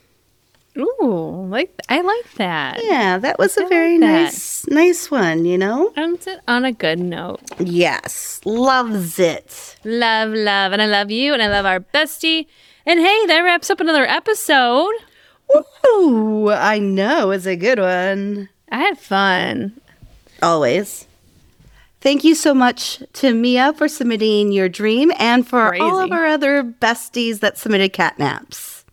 Speaker 2: Ooh, like I like that.
Speaker 1: Yeah, that was a
Speaker 2: like
Speaker 1: very
Speaker 2: that.
Speaker 1: nice nice one, you know?
Speaker 2: Ends it on a good note.
Speaker 1: Yes. Loves it.
Speaker 2: Love, love, and I love you, and I love our bestie. And hey, that wraps up another episode.
Speaker 1: Ooh, I know. It's a good one.
Speaker 2: I had fun.
Speaker 1: Always. Thank you so much to Mia for submitting your dream and for all of
Speaker 2: Crazy.
Speaker 1: our other besties that submitted catnaps.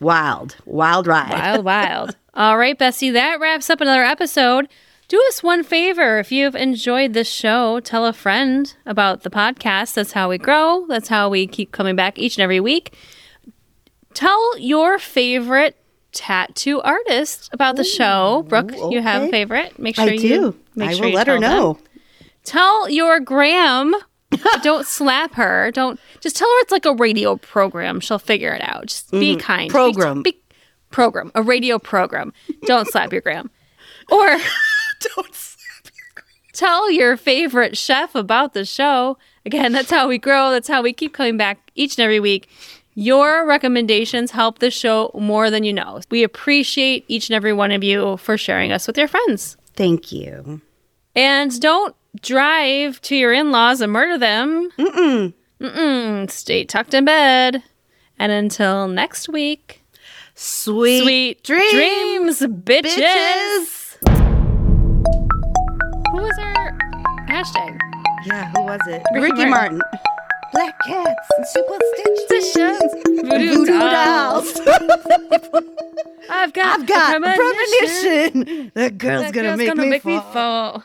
Speaker 1: Wild, wild ride.
Speaker 2: Wild, wild. All right, Bessie, that wraps up another episode. Do us one favor. If you've enjoyed this show, tell a friend about the podcast. That's how we grow. That's how we keep coming back each and every week. Tell your favorite tattoo artist about the show. Brooke, you have a
Speaker 1: okay.
Speaker 2: favorite? Make sure
Speaker 1: I
Speaker 2: you
Speaker 1: do.
Speaker 2: Make
Speaker 1: I
Speaker 2: sure
Speaker 1: will
Speaker 2: you
Speaker 1: let her
Speaker 2: tell them.
Speaker 1: know.
Speaker 2: Tell your Graham. but don't slap her. Don't just tell her it's like a radio program. She'll figure it out. Just be kind. Be-
Speaker 1: Program.
Speaker 2: be- program. A radio program. Don't slap your Graham. Or
Speaker 1: Don't slap
Speaker 2: tell your favorite chef about the show. Again, that's how we grow. That's how we keep coming back each and every week. Your recommendations help the show more than you know. We appreciate each and every one of you for sharing us with your friends.
Speaker 1: Thank you.
Speaker 2: And don't drive to your in laws and murder them. Mm-mm. Mm-mm. Stay tucked in bed. And until next week,
Speaker 1: Sweet,
Speaker 2: sweet dreams, bitches.
Speaker 1: bitches.
Speaker 2: Who was our hashtag?
Speaker 1: Yeah, who was it?
Speaker 2: Ricky
Speaker 1: Ricky Martin. Black cats and superstitions.
Speaker 2: Voodoo,
Speaker 1: Voodoo
Speaker 2: dolls.
Speaker 1: dolls. <laughs>
Speaker 2: I've got,
Speaker 1: I've got a premonition. That girl's
Speaker 2: That
Speaker 1: gonna
Speaker 2: girl's
Speaker 1: make
Speaker 2: gonna
Speaker 1: me
Speaker 2: make me
Speaker 1: fall.
Speaker 2: fall.